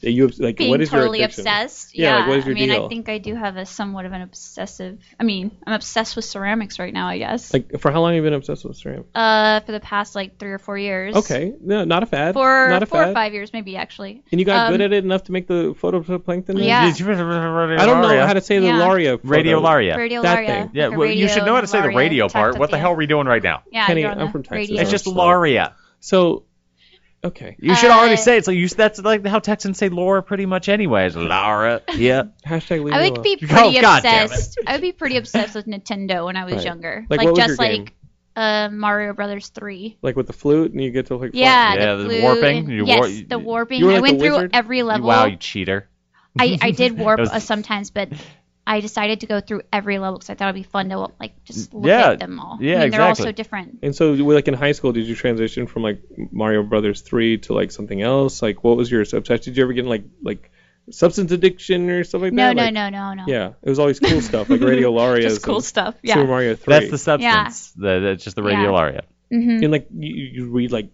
Speaker 2: are you obs- like
Speaker 4: Being
Speaker 2: what is
Speaker 4: totally
Speaker 2: your addiction?
Speaker 4: obsessed.
Speaker 2: Yeah, like, what is your
Speaker 4: I mean,
Speaker 2: deal?
Speaker 4: I think I do have a somewhat of an obsessive. I mean, I'm obsessed with ceramics right now. I guess.
Speaker 2: Like for how long have you been obsessed with ceramics?
Speaker 4: uh, for the past like three or four years.
Speaker 2: Okay, no, not a fad.
Speaker 4: For
Speaker 2: not a
Speaker 4: four
Speaker 2: fad.
Speaker 4: or five years, maybe actually.
Speaker 2: And you got
Speaker 4: Um,
Speaker 2: good at it enough to make the photoplankton.
Speaker 4: Yeah.
Speaker 2: I don't know how to say the
Speaker 4: Yeah.
Speaker 2: Laria. photo.
Speaker 3: Radiolaria.
Speaker 4: Radiolaria.
Speaker 2: That thing.
Speaker 3: yeah,
Speaker 4: like a
Speaker 3: well, you should know how to say the
Speaker 4: radiolaria
Speaker 3: radio part. What the
Speaker 4: tactopia.
Speaker 3: hell are we doing right now?
Speaker 4: Yeah,
Speaker 2: Kenny,
Speaker 4: you're on
Speaker 2: I'm
Speaker 4: the
Speaker 2: from Texas.
Speaker 4: radio.
Speaker 3: It's just
Speaker 2: slow.
Speaker 3: Laria.
Speaker 2: So, okay.
Speaker 3: You should already
Speaker 4: Uh,
Speaker 3: say it. So you that's like how Texans say Laura pretty much anyways. Laura. Yeah.
Speaker 2: Hashtag leave
Speaker 4: I
Speaker 2: me
Speaker 4: would
Speaker 2: alone.
Speaker 4: be
Speaker 3: Oh,
Speaker 4: pretty
Speaker 3: God damn it.
Speaker 4: obsessed. I would be pretty obsessed with Nintendo when I was
Speaker 2: Right.
Speaker 4: younger.
Speaker 2: Like, what was
Speaker 4: just
Speaker 2: your game?
Speaker 4: like uh, Mario Brothers three.
Speaker 2: like with the flute, and you get to like. fly-
Speaker 4: Yeah,
Speaker 3: Yeah,
Speaker 4: the,
Speaker 3: the
Speaker 4: flute
Speaker 3: warping?
Speaker 4: and-
Speaker 3: You
Speaker 4: yes,
Speaker 3: war-
Speaker 4: the warping.
Speaker 2: you were
Speaker 4: I
Speaker 2: like
Speaker 4: went
Speaker 2: the
Speaker 4: through
Speaker 2: wizard?
Speaker 4: every level.
Speaker 3: Wow, you cheater.
Speaker 4: I, I did warp
Speaker 3: That was-
Speaker 4: uh, sometimes, but I decided to go through every level because I thought it'd be fun to like just look
Speaker 3: Yeah,
Speaker 4: at them all.
Speaker 3: yeah,
Speaker 4: I mean, They're all
Speaker 3: exactly.
Speaker 4: so different.
Speaker 2: And so, like in high school, did you transition from like Mario Brothers three to like something else? Like, what was your obsession? Did you ever get in, like like substance addiction or stuff like
Speaker 4: No,
Speaker 2: that?
Speaker 4: no,
Speaker 2: Like,
Speaker 4: no, no, no.
Speaker 2: Yeah, it was always cool stuff like Radio Laria.
Speaker 4: just cool stuff. Yeah.
Speaker 2: Super Mario three.
Speaker 3: That's the substance. The, that's just the
Speaker 4: Yeah.
Speaker 3: Radiolaria.
Speaker 4: Mm-hmm.
Speaker 2: and like you, you read like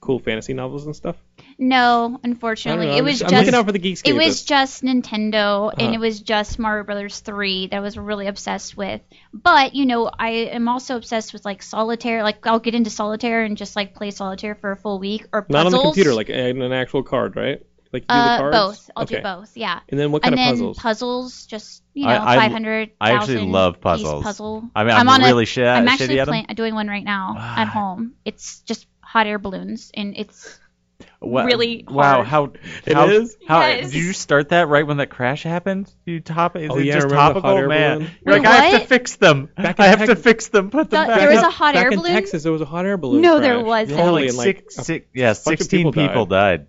Speaker 2: cool fantasy novels and stuff.
Speaker 4: No,
Speaker 2: I don't
Speaker 4: unfortunately,
Speaker 2: know,
Speaker 4: it
Speaker 2: I'm,
Speaker 4: was
Speaker 2: just,
Speaker 4: just.
Speaker 2: I'm looking out for the geeks.
Speaker 4: it was just Nintendo
Speaker 2: Uh-huh.
Speaker 4: and it was just Mario Brothers 3 that I was really obsessed with. But, you know, I am also obsessed with like solitaire. Like I'll get into solitaire and just like play solitaire for a full week or
Speaker 2: not
Speaker 4: puzzles.
Speaker 2: on the computer, like in an actual card, right? Like you do the
Speaker 4: uh,
Speaker 2: cards.
Speaker 4: both. I'll
Speaker 2: Okay.
Speaker 4: do both. Yeah.
Speaker 2: And then what kind
Speaker 4: and
Speaker 2: of
Speaker 4: then
Speaker 2: puzzles?
Speaker 4: just you know,
Speaker 3: I- I-
Speaker 4: five hundred.
Speaker 3: I actually love puzzles.
Speaker 4: Puzzle.
Speaker 3: I mean, I'm
Speaker 4: on
Speaker 3: really
Speaker 4: a,
Speaker 3: shi-
Speaker 4: I'm
Speaker 3: shitty
Speaker 4: actually
Speaker 3: at 'em.
Speaker 4: playing, doing one right now at home. It's just hot air balloons, and it's
Speaker 3: Wha-
Speaker 4: really
Speaker 3: wow
Speaker 4: hard.
Speaker 3: how
Speaker 2: It
Speaker 3: how,
Speaker 2: is?
Speaker 3: how
Speaker 4: Yes.
Speaker 3: did you start that right when that crash happened you top is
Speaker 2: Oh,
Speaker 3: it
Speaker 2: yeah,
Speaker 3: just
Speaker 2: remember the hot
Speaker 3: topical
Speaker 2: air
Speaker 3: man
Speaker 2: balloon?
Speaker 3: you're like
Speaker 4: Wait,
Speaker 3: i have to
Speaker 4: what?
Speaker 3: fix them
Speaker 2: Back in
Speaker 3: i have to
Speaker 2: Tex-
Speaker 3: fix them put them
Speaker 4: The-
Speaker 3: back
Speaker 4: there was
Speaker 3: up.
Speaker 4: a hot
Speaker 2: back
Speaker 4: air
Speaker 2: in
Speaker 4: balloon?
Speaker 2: Texas. There was a hot air balloon.
Speaker 4: No,
Speaker 2: crash.
Speaker 4: there wasn't.
Speaker 3: yeah,
Speaker 2: Totally,
Speaker 3: like,
Speaker 2: and,
Speaker 3: six,
Speaker 2: a
Speaker 3: six, yeah
Speaker 2: bunch of
Speaker 3: 16
Speaker 2: people
Speaker 3: people died,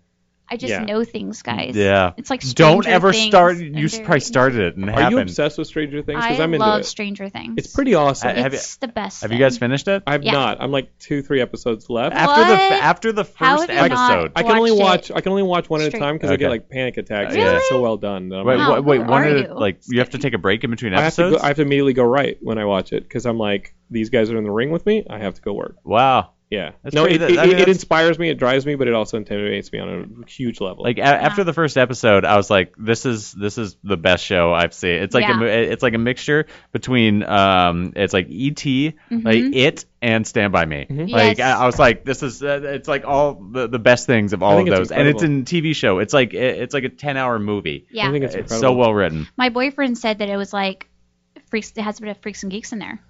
Speaker 4: I just
Speaker 2: Yeah.
Speaker 4: know things, guys.
Speaker 3: Yeah.
Speaker 4: It's like
Speaker 3: Don't
Speaker 4: Stranger
Speaker 3: ever
Speaker 4: Things,
Speaker 3: start.
Speaker 4: and
Speaker 3: You
Speaker 4: they're-
Speaker 3: probably started it and it
Speaker 2: Are you
Speaker 3: happened.
Speaker 2: obsessed with Stranger Things?
Speaker 4: I
Speaker 2: Because I'm into
Speaker 4: love
Speaker 2: it.
Speaker 4: Stranger Things.
Speaker 2: It's pretty awesome.
Speaker 3: I- have you-
Speaker 4: it's the best.
Speaker 3: Have you
Speaker 4: thing.
Speaker 3: guys finished it?
Speaker 2: I'm
Speaker 4: Yeah.
Speaker 2: not. I'm like two, three episodes left.
Speaker 3: After the
Speaker 4: What?
Speaker 3: after the
Speaker 4: How
Speaker 3: first
Speaker 4: have you not-
Speaker 3: episode.
Speaker 2: I can only watch.
Speaker 4: watched
Speaker 2: I can only watch one at a
Speaker 4: Straight-
Speaker 2: time because I get
Speaker 3: Okay.
Speaker 2: like panic attacks.
Speaker 3: Really?
Speaker 2: Yeah, it's so well done. that I'm
Speaker 3: Wait,
Speaker 2: like,
Speaker 4: Wow,
Speaker 3: wait, wait,
Speaker 4: where
Speaker 3: one
Speaker 4: are
Speaker 3: at a-
Speaker 4: you?
Speaker 3: like you have to take a break in between
Speaker 2: I have to.
Speaker 3: episodes.
Speaker 2: Go, I have to immediately go right when I watch it because I'm like, these guys are in the ring with me. I have to go work.
Speaker 3: Wow.
Speaker 2: Yeah.
Speaker 3: That's
Speaker 2: no,
Speaker 3: pretty-
Speaker 2: it,
Speaker 3: that-
Speaker 2: it,
Speaker 3: I mean,
Speaker 2: it
Speaker 3: that's-
Speaker 2: inspires me. It drives me, but it also intimidates me on a huge level.
Speaker 3: Like a- after the first episode, I was like, "This is this is the best show I've seen." It's like a
Speaker 4: Yeah.
Speaker 3: mo- it's like a mixture between um, it's like ET, like it, and Stand by Me.
Speaker 2: Mm-hmm.
Speaker 3: Like
Speaker 4: Mm-hmm. Yes.
Speaker 3: I, I was like, "This is uh, it's like all the, the best things of all of
Speaker 2: think it's
Speaker 3: those," and it's
Speaker 2: incredible.
Speaker 3: in TV show. It's like it, it's like a ten hour movie.
Speaker 4: Yeah.
Speaker 2: I think it's,
Speaker 3: It's,
Speaker 2: incredible.
Speaker 3: so well written.
Speaker 4: My boyfriend said that it was like freaks. It has a bit of freaks and geeks in there.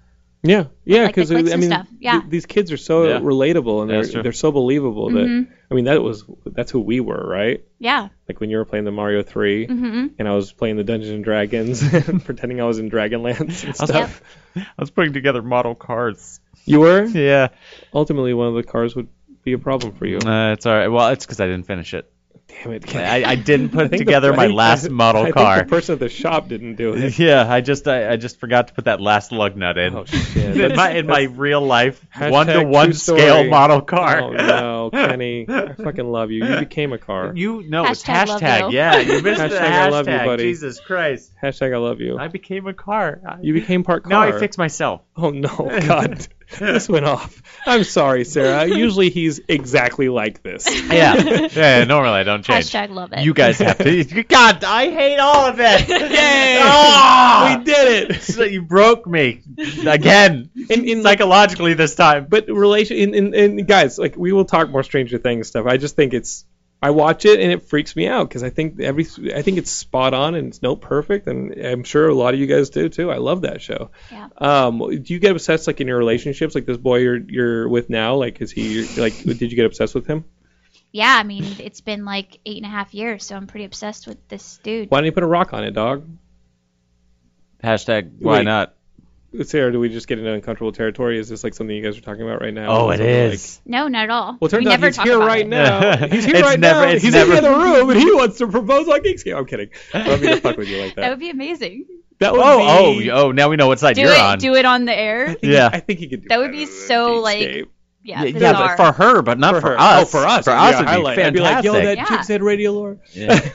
Speaker 2: Yeah, yeah,
Speaker 4: like the
Speaker 2: because
Speaker 4: clicks
Speaker 2: I
Speaker 4: and
Speaker 2: mean,
Speaker 4: stuff. Yeah.
Speaker 2: th- these kids are so
Speaker 3: Yeah.
Speaker 2: relatable and
Speaker 3: That's
Speaker 2: they're
Speaker 3: true.
Speaker 2: they're so believable that
Speaker 4: Mm-hmm.
Speaker 2: I mean that was that's who we were, right?
Speaker 4: Yeah.
Speaker 2: Like when you were playing the Mario 3
Speaker 4: Mm-hmm.
Speaker 2: and I was playing the Dungeons and Dragons, and pretending I was in Dragonlance and stuff.
Speaker 4: Yep.
Speaker 3: I was putting together model cars.
Speaker 2: You were
Speaker 3: Yeah,
Speaker 2: ultimately one of the cars would be a problem for you.
Speaker 3: uh, it's all right. Well, it's because I didn't finish it.
Speaker 2: Damn it!
Speaker 3: I, I didn't
Speaker 2: I think
Speaker 3: put
Speaker 2: the-
Speaker 3: together
Speaker 2: I
Speaker 3: my
Speaker 2: think-
Speaker 3: last model
Speaker 2: I think
Speaker 3: car.
Speaker 2: the person at the shop didn't do it.
Speaker 3: Yeah, I just I, I just forgot to put that last lug nut in.
Speaker 2: Oh shit!
Speaker 3: in my in my real life
Speaker 2: Hashtag
Speaker 3: one to one
Speaker 2: true story.
Speaker 3: scale model car.
Speaker 2: Oh no, Kenny! I fucking love you. You became a car.
Speaker 3: You no, it's
Speaker 4: Hashtag love
Speaker 3: hashtag.
Speaker 4: you.
Speaker 3: Yeah, you missed the
Speaker 2: Hashtag
Speaker 3: hashtag.
Speaker 2: I love you, buddy.
Speaker 3: Jesus Christ,
Speaker 2: Hashtag I love you.
Speaker 3: I became a car. I,
Speaker 2: You became part car.
Speaker 3: now I fix myself.
Speaker 2: Oh no, God. this went off. I'm sorry, Sarah. Usually he's exactly like this.
Speaker 3: Yeah, yeah. normally I don't change.
Speaker 4: Hashtag love it.
Speaker 3: You guys have to. God, I hate all of it.
Speaker 2: Yay!
Speaker 3: Ah!
Speaker 2: We did it.
Speaker 3: So you broke me again,
Speaker 2: In, in like,
Speaker 3: psychologically this time.
Speaker 2: but relation in, in, in guys, like we will talk more Stranger Things stuff. I just think it's I watch it and it freaks me out because I think every I think it's spot on and it's no perfect and I'm sure a lot of you guys do too. I love that show.
Speaker 4: Yeah.
Speaker 2: Um, do you get obsessed like in your relationships? Like this boy you're you're with now, like is he like did you get obsessed with him?
Speaker 4: Yeah. I mean, it's been like eight and a half years, so I'm pretty obsessed with this dude.
Speaker 2: Why don't you put a rock on it, dog?
Speaker 3: Hashtag
Speaker 2: why Wait.
Speaker 3: not?
Speaker 2: Sarah, do we just get into uncomfortable territory? Is this like something you guys are talking about right now?
Speaker 3: Oh, it
Speaker 2: Like-
Speaker 3: is.
Speaker 4: No, not at all.
Speaker 2: well, it turns
Speaker 4: we
Speaker 2: out
Speaker 4: never
Speaker 2: he's
Speaker 4: talk
Speaker 2: here
Speaker 4: about
Speaker 2: right
Speaker 4: it.
Speaker 2: now. He's here
Speaker 3: It's
Speaker 2: right
Speaker 3: never-
Speaker 2: now.
Speaker 3: it's
Speaker 2: He's
Speaker 3: never-
Speaker 2: in the other room and he wants to propose on Geeks Game. I'm kidding. I don't mean to fuck with you like
Speaker 4: That
Speaker 2: that.
Speaker 4: would be amazing.
Speaker 2: That would
Speaker 3: Oh,
Speaker 2: be-
Speaker 3: oh, oh! Now we know what side
Speaker 4: Do
Speaker 3: you're
Speaker 4: it.
Speaker 3: on.
Speaker 4: Do it on the air.
Speaker 3: yeah.
Speaker 2: I think he could do
Speaker 4: That would
Speaker 2: better
Speaker 4: be
Speaker 2: than
Speaker 4: so, like,
Speaker 2: Geekscape.
Speaker 4: Yeah.
Speaker 3: yeah, yeah, but for her, but not for,
Speaker 2: her.
Speaker 3: us.
Speaker 2: Oh, for us.
Speaker 3: For
Speaker 2: It'd be
Speaker 3: us,
Speaker 2: a
Speaker 3: it'd be
Speaker 2: highlight. I'd be
Speaker 3: fantastic.
Speaker 2: like, yo, that
Speaker 4: Yeah.
Speaker 2: chick said radio lore.
Speaker 3: Yeah.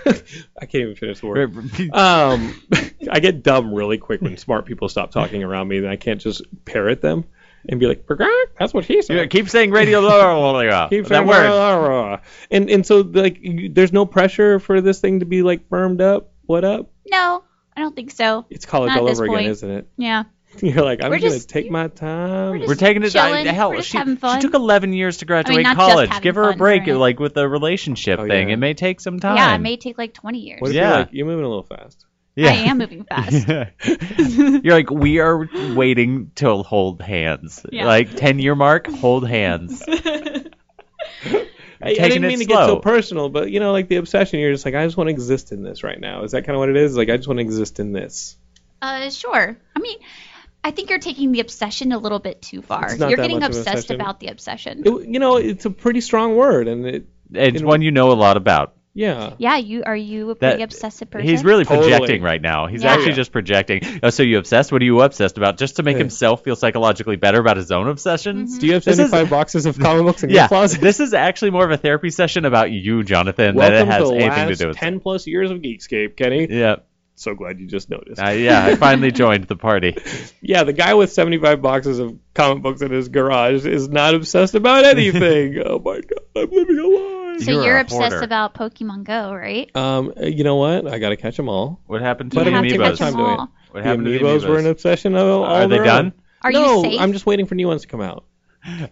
Speaker 2: I can't even finish the word.
Speaker 3: uh,
Speaker 2: Um, I get dumb really quick when smart people stop talking around me, and I can't just parrot them and be like, "Grr, that's what he said.
Speaker 3: Yeah, keep saying radio. blah, blah, blah, blah.
Speaker 2: Keep
Speaker 3: that
Speaker 2: saying
Speaker 3: word.
Speaker 2: rah, rah, rah. And and so like you- there's no pressure for this thing to be like firmed up. What up?
Speaker 4: No, I don't think so.
Speaker 2: It's college
Speaker 4: Not at
Speaker 2: all
Speaker 4: this
Speaker 2: over
Speaker 4: point.
Speaker 2: again, isn't it?
Speaker 4: Yeah.
Speaker 2: You're like, I'm
Speaker 4: We're
Speaker 2: gonna
Speaker 4: just-
Speaker 2: take my time.
Speaker 4: just-
Speaker 3: We're taking it.
Speaker 4: Chilling.
Speaker 3: I, hell,
Speaker 4: We're just
Speaker 3: she,
Speaker 4: having fun.
Speaker 3: she took 11 years to graduate
Speaker 4: not just
Speaker 3: college.
Speaker 4: having
Speaker 3: Give her a
Speaker 4: fun,
Speaker 3: break,
Speaker 4: right.
Speaker 3: like with the relationship
Speaker 2: Oh,
Speaker 3: thing.
Speaker 2: yeah.
Speaker 3: It may take some time.
Speaker 4: Yeah, it may take like 20 years.
Speaker 2: what if
Speaker 3: Yeah.
Speaker 2: you're like, you're moving a little fast?
Speaker 3: Yeah.
Speaker 4: I am moving fast.
Speaker 3: You're like, we are waiting till hold hands.
Speaker 4: Yeah.
Speaker 3: Like 10 year mark, hold hands.
Speaker 2: I, I
Speaker 3: taking
Speaker 2: didn't
Speaker 3: it
Speaker 2: mean to get so
Speaker 3: slow.
Speaker 2: personal, but you know, like the obsession, you're just like, I just want to exist in this right now. Is that kind of what it is? Like, I just want to exist in this.
Speaker 4: Uh, sure. I mean, I think you're taking the obsession a little bit too far.
Speaker 2: It's not
Speaker 4: You're
Speaker 2: that
Speaker 4: getting
Speaker 2: much of an
Speaker 4: obsessed
Speaker 2: obsession.
Speaker 4: about the obsession.
Speaker 2: It, you know, it's a pretty strong word, and it,
Speaker 3: It's
Speaker 2: In-
Speaker 3: one you know a lot about.
Speaker 2: yeah.
Speaker 4: yeah, you are you a pretty
Speaker 3: That-
Speaker 4: obsessive person?
Speaker 3: He's really
Speaker 2: Totally.
Speaker 3: projecting right now. He's
Speaker 4: Yeah.
Speaker 3: actually
Speaker 2: Yeah.
Speaker 3: just projecting. Oh, so you obsessed? What are you obsessed about? Just to make
Speaker 2: Yeah.
Speaker 3: himself feel psychologically better about his own
Speaker 4: Mm-hmm.
Speaker 3: obsessions.
Speaker 2: Do you have
Speaker 3: This is-
Speaker 2: 75 boxes of comic books in your
Speaker 3: yeah,
Speaker 2: closet?
Speaker 3: this is actually more of a therapy session about you, Jonathan, than it
Speaker 2: Welcome to
Speaker 3: has
Speaker 2: the
Speaker 3: anything to
Speaker 2: last
Speaker 3: do with.
Speaker 2: 10 plus years of Geekscape, Kenny.
Speaker 3: Yeah,
Speaker 2: So glad you just noticed.
Speaker 3: uh, yeah. I finally joined the party.
Speaker 2: Yeah, the guy with 75 boxes of comic books in his garage is not obsessed about anything. oh my god, I'm living a lie.
Speaker 4: so
Speaker 3: you're
Speaker 4: you're,
Speaker 3: a
Speaker 4: obsessed
Speaker 3: hoarder.
Speaker 4: about Pokemon Go, right?
Speaker 2: Um, you know what? I gotta catch them all.
Speaker 3: What happened to
Speaker 2: But
Speaker 3: the
Speaker 2: I have to
Speaker 4: catch
Speaker 3: amiibos?
Speaker 2: them
Speaker 4: all.
Speaker 2: all. The
Speaker 3: What happened to the
Speaker 2: amiibos were an obsession. Of, all
Speaker 3: Are they
Speaker 2: their
Speaker 3: done?
Speaker 2: own.
Speaker 4: Are
Speaker 2: no,
Speaker 4: you safe?
Speaker 2: I'm just waiting for new ones to come out.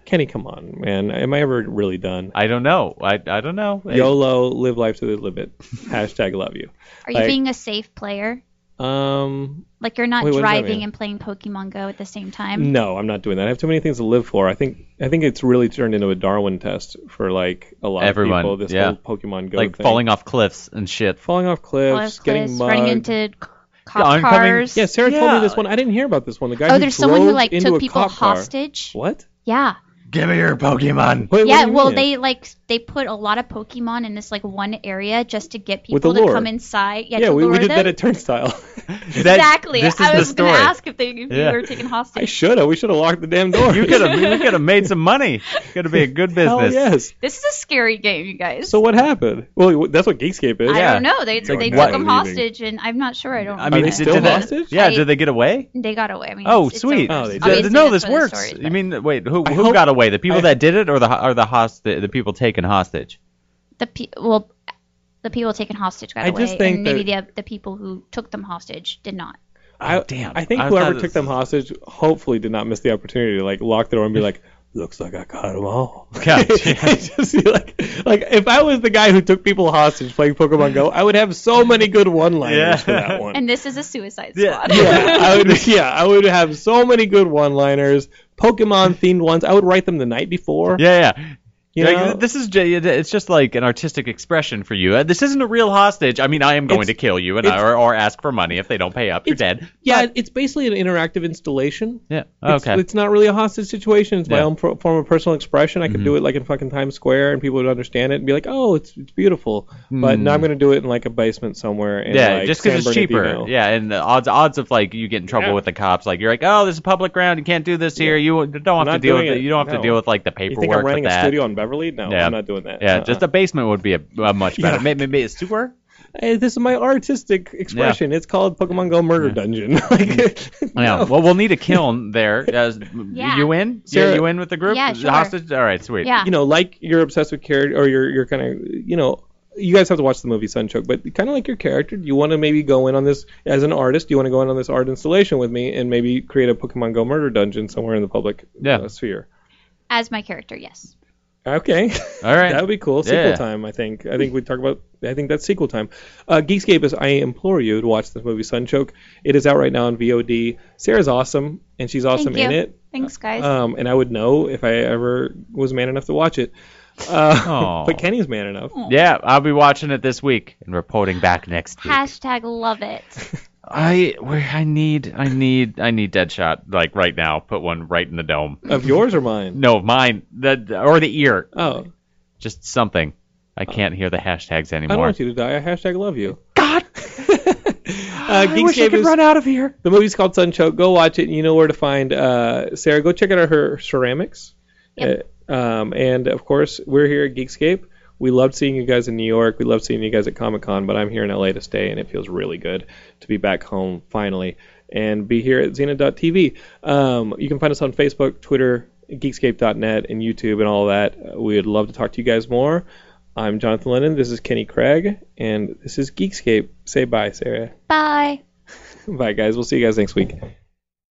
Speaker 2: Kenny, come on, man. Am I ever really done?
Speaker 3: I don't know. I I don't know.
Speaker 2: YOLO, live life to the limit. Hashtag love you.
Speaker 4: are you
Speaker 2: like-
Speaker 4: being a safe player?
Speaker 2: Um,
Speaker 4: Like you're not
Speaker 2: Wait, what does that mean?
Speaker 4: driving and playing Pokemon Go at the same time?
Speaker 2: no, I'm not doing that. I have too many things to live for. I think I think it's really turned into a Darwin test for like a lot
Speaker 3: Everyone,
Speaker 2: of people. This
Speaker 3: yeah.
Speaker 2: whole Pokemon Go
Speaker 3: like
Speaker 2: thing.
Speaker 3: falling off cliffs and shit.
Speaker 2: falling off cliffs,
Speaker 4: Well, it's
Speaker 2: getting
Speaker 4: Cliffs,
Speaker 2: mugged.
Speaker 4: running into c- cop
Speaker 3: oncoming-
Speaker 4: cars.
Speaker 2: yeah, Sarah told me
Speaker 3: Yeah.
Speaker 2: this one. I didn't hear about this one. The guy
Speaker 4: oh,
Speaker 2: who
Speaker 4: there's someone who
Speaker 2: drove
Speaker 4: like
Speaker 2: into
Speaker 4: took
Speaker 2: a
Speaker 4: people
Speaker 2: cop car.
Speaker 4: hostage.
Speaker 2: What?
Speaker 4: Yeah.
Speaker 3: Give me your Pokemon.
Speaker 2: Wait, what
Speaker 4: yeah.
Speaker 2: do you
Speaker 4: Well,
Speaker 2: mean?
Speaker 4: they like they put a lot of Pokemon in this like one area just to get
Speaker 2: With the
Speaker 4: people to
Speaker 2: lure.
Speaker 4: come inside. Yeah,
Speaker 2: yeah,
Speaker 4: to
Speaker 2: we,
Speaker 4: lure
Speaker 2: we did
Speaker 4: them.
Speaker 2: that at Turnstile.
Speaker 3: That-
Speaker 4: exactly.
Speaker 3: This is
Speaker 4: I
Speaker 3: the
Speaker 4: was
Speaker 3: story.
Speaker 4: gonna ask if they if
Speaker 3: Yeah.
Speaker 4: you were taken
Speaker 2: I
Speaker 4: hostage.
Speaker 2: should have. We should have locked the damn door.
Speaker 3: You could have. We could have made some money. Could have been a good
Speaker 2: Hell
Speaker 3: business.
Speaker 2: yes.
Speaker 4: this is a scary game, you guys.
Speaker 2: So what happened? Well, that's what Geekscape is.
Speaker 4: I
Speaker 3: Yeah.
Speaker 4: don't know. They
Speaker 2: like, why
Speaker 4: they took
Speaker 2: are
Speaker 4: them
Speaker 2: you leaving?
Speaker 4: hostage, and I'm not sure. I don't.
Speaker 3: I
Speaker 4: know
Speaker 3: mean,
Speaker 2: Are they
Speaker 4: that.
Speaker 3: did-
Speaker 2: still
Speaker 3: did they-
Speaker 2: hostage?
Speaker 3: Yeah.
Speaker 4: I-
Speaker 3: did they get away?
Speaker 4: They got away. I mean,
Speaker 3: Oh,
Speaker 4: it's- it's
Speaker 3: sweet.
Speaker 4: over.
Speaker 2: Oh, they did.
Speaker 4: Obviously,
Speaker 3: no,
Speaker 4: that's
Speaker 3: this
Speaker 4: where the
Speaker 3: works.
Speaker 4: story is,
Speaker 3: you
Speaker 4: but-
Speaker 3: mean, wait, who,
Speaker 2: I
Speaker 3: who
Speaker 2: hope-
Speaker 3: got away? The people
Speaker 2: I-
Speaker 3: that did it, or the or the host the, the people taken hostage?
Speaker 4: the pe- well, the people taken hostage got
Speaker 2: I
Speaker 4: away,
Speaker 2: just think
Speaker 4: and maybe the the people who took them hostage did not.
Speaker 2: I,
Speaker 3: damn.
Speaker 2: I think
Speaker 3: I
Speaker 2: whoever
Speaker 3: thought
Speaker 2: took
Speaker 3: this-
Speaker 2: them hostage hopefully did not miss the opportunity to like lock the door and be like, "Looks like I caught them all."
Speaker 3: Gotcha.
Speaker 2: Just be like, like if I was the guy who took people hostage playing Pokemon Go, I would have so many good one-liners
Speaker 3: Yeah.
Speaker 2: for that one.
Speaker 4: And this is a Suicide
Speaker 3: Yeah.
Speaker 4: Squad.
Speaker 2: yeah, I would. Yeah, I would have so many good one-liners, Pokemon-themed ones. I would write them the night before.
Speaker 3: Yeah, yeah.
Speaker 2: you
Speaker 3: Like,
Speaker 2: know?
Speaker 3: this is j- it's just like an artistic expression for you. Uh, This isn't a real hostage. I mean, I am going
Speaker 2: It's-
Speaker 3: to kill you and
Speaker 2: it's-
Speaker 3: or, or ask for money if they don't pay up. You're
Speaker 2: It's-
Speaker 3: dead.
Speaker 2: yeah. It's basically an interactive installation.
Speaker 3: Yeah. Oh,
Speaker 2: It's,
Speaker 3: Okay.
Speaker 2: it's not really a hostage situation. It's my
Speaker 3: Yeah. Mm-hmm.
Speaker 2: own pro- form of personal expression. I could do it like in fucking Times Square, and people would understand it and be like, "Oh, it's it's beautiful." But now I'm gonna do it in like a basement somewhere. In,
Speaker 3: Mm. yeah,
Speaker 2: like,
Speaker 3: just because
Speaker 2: San
Speaker 3: it's cheaper.
Speaker 2: Bernardino.
Speaker 3: Yeah, and the odds odds of like you get in trouble
Speaker 2: Yeah.
Speaker 3: with the cops, like you're like, oh, this is public ground. You can't do this here. You don't have to
Speaker 2: not
Speaker 3: deal with
Speaker 2: doing
Speaker 3: it.
Speaker 2: it.
Speaker 3: You don't have
Speaker 2: No.
Speaker 3: to deal with like the
Speaker 2: You
Speaker 3: paperwork.
Speaker 2: think I'm
Speaker 3: with
Speaker 2: renting a
Speaker 3: that.
Speaker 2: studio in Beverly? No,
Speaker 3: Yeah,
Speaker 2: I'm not doing that.
Speaker 3: Yeah,
Speaker 2: Uh-uh.
Speaker 3: just a basement would be a, a much better.
Speaker 2: Yeah.
Speaker 3: Maybe, maybe a sewer.
Speaker 2: Hey, this is my artistic expression. It's called Pokemon Go Murder Dungeon. like,
Speaker 3: Mm. Yeah.
Speaker 2: no.
Speaker 3: Well, we'll need a kiln there. Uh, You in? Sarah,
Speaker 2: Sarah-
Speaker 3: you in with the group?
Speaker 4: Yeah,
Speaker 3: The
Speaker 4: sure.
Speaker 3: Hostage. All right, sweet.
Speaker 4: Yeah.
Speaker 2: you know, like you're obsessed with character, or you're you're kind of, you know, you guys have to watch the movie Sunchoke, but kind of like your character, do you want to maybe go in on this as an artist? Do you want to go in on this art installation with me and maybe create a Pokemon Go murder dungeon somewhere in the public
Speaker 3: Yeah.
Speaker 2: uh, sphere?
Speaker 4: As my character, yes.
Speaker 2: Okay,
Speaker 3: All right.
Speaker 2: that would be cool. Sequel
Speaker 3: Yeah.
Speaker 2: time, I think. I think we talk about. I think that's sequel time. Uh, Geekscape is. I implore you to watch this movie Sunchoke. It is out right now on VOD. Sarah's awesome, and she's awesome
Speaker 4: Thank
Speaker 2: in
Speaker 4: you.
Speaker 2: it.
Speaker 4: Thanks, guys.
Speaker 2: Um, and I would know if I ever was man enough to watch it. Uh,
Speaker 3: Aw.
Speaker 2: but Kenny's man enough.
Speaker 3: Oh. Yeah, I'll be watching it this week and reporting back next week.
Speaker 4: Hashtag love it.
Speaker 3: I where I need I need I need Deadshot like right now. Put one right in the dome.
Speaker 2: Of yours or mine?
Speaker 3: No, mine the or the ear.
Speaker 2: Oh,
Speaker 3: Just something. I can't hear the hashtags
Speaker 2: I don't
Speaker 3: anymore.
Speaker 2: want you to die. I hashtag love you.
Speaker 3: God,
Speaker 2: Uh,
Speaker 3: I wish I
Speaker 2: Geekscape
Speaker 3: could
Speaker 2: is
Speaker 3: run out of here.
Speaker 2: the movie's called Sunchoke. Go watch it. and You know where to find uh, Sarah. Go check out her ceramics.
Speaker 4: Yep.
Speaker 2: Uh, um, and of course, we're here at Geekscape. We loved seeing you guys in New York. We loved seeing you guys at Comic Con, but I'm here in LA to stay, and it feels really good to be back home finally and be here at Xena.tv. Um, you can find us on Facebook, Twitter, Geekscape.net, and YouTube, and all that. Uh, We would love to talk to you guys more. I'm Jonathan Lennon. This is Kenny Craig, and this is Geekscape. Say bye, Sarah.
Speaker 4: Bye.
Speaker 2: Bye, guys. We'll see you guys next week.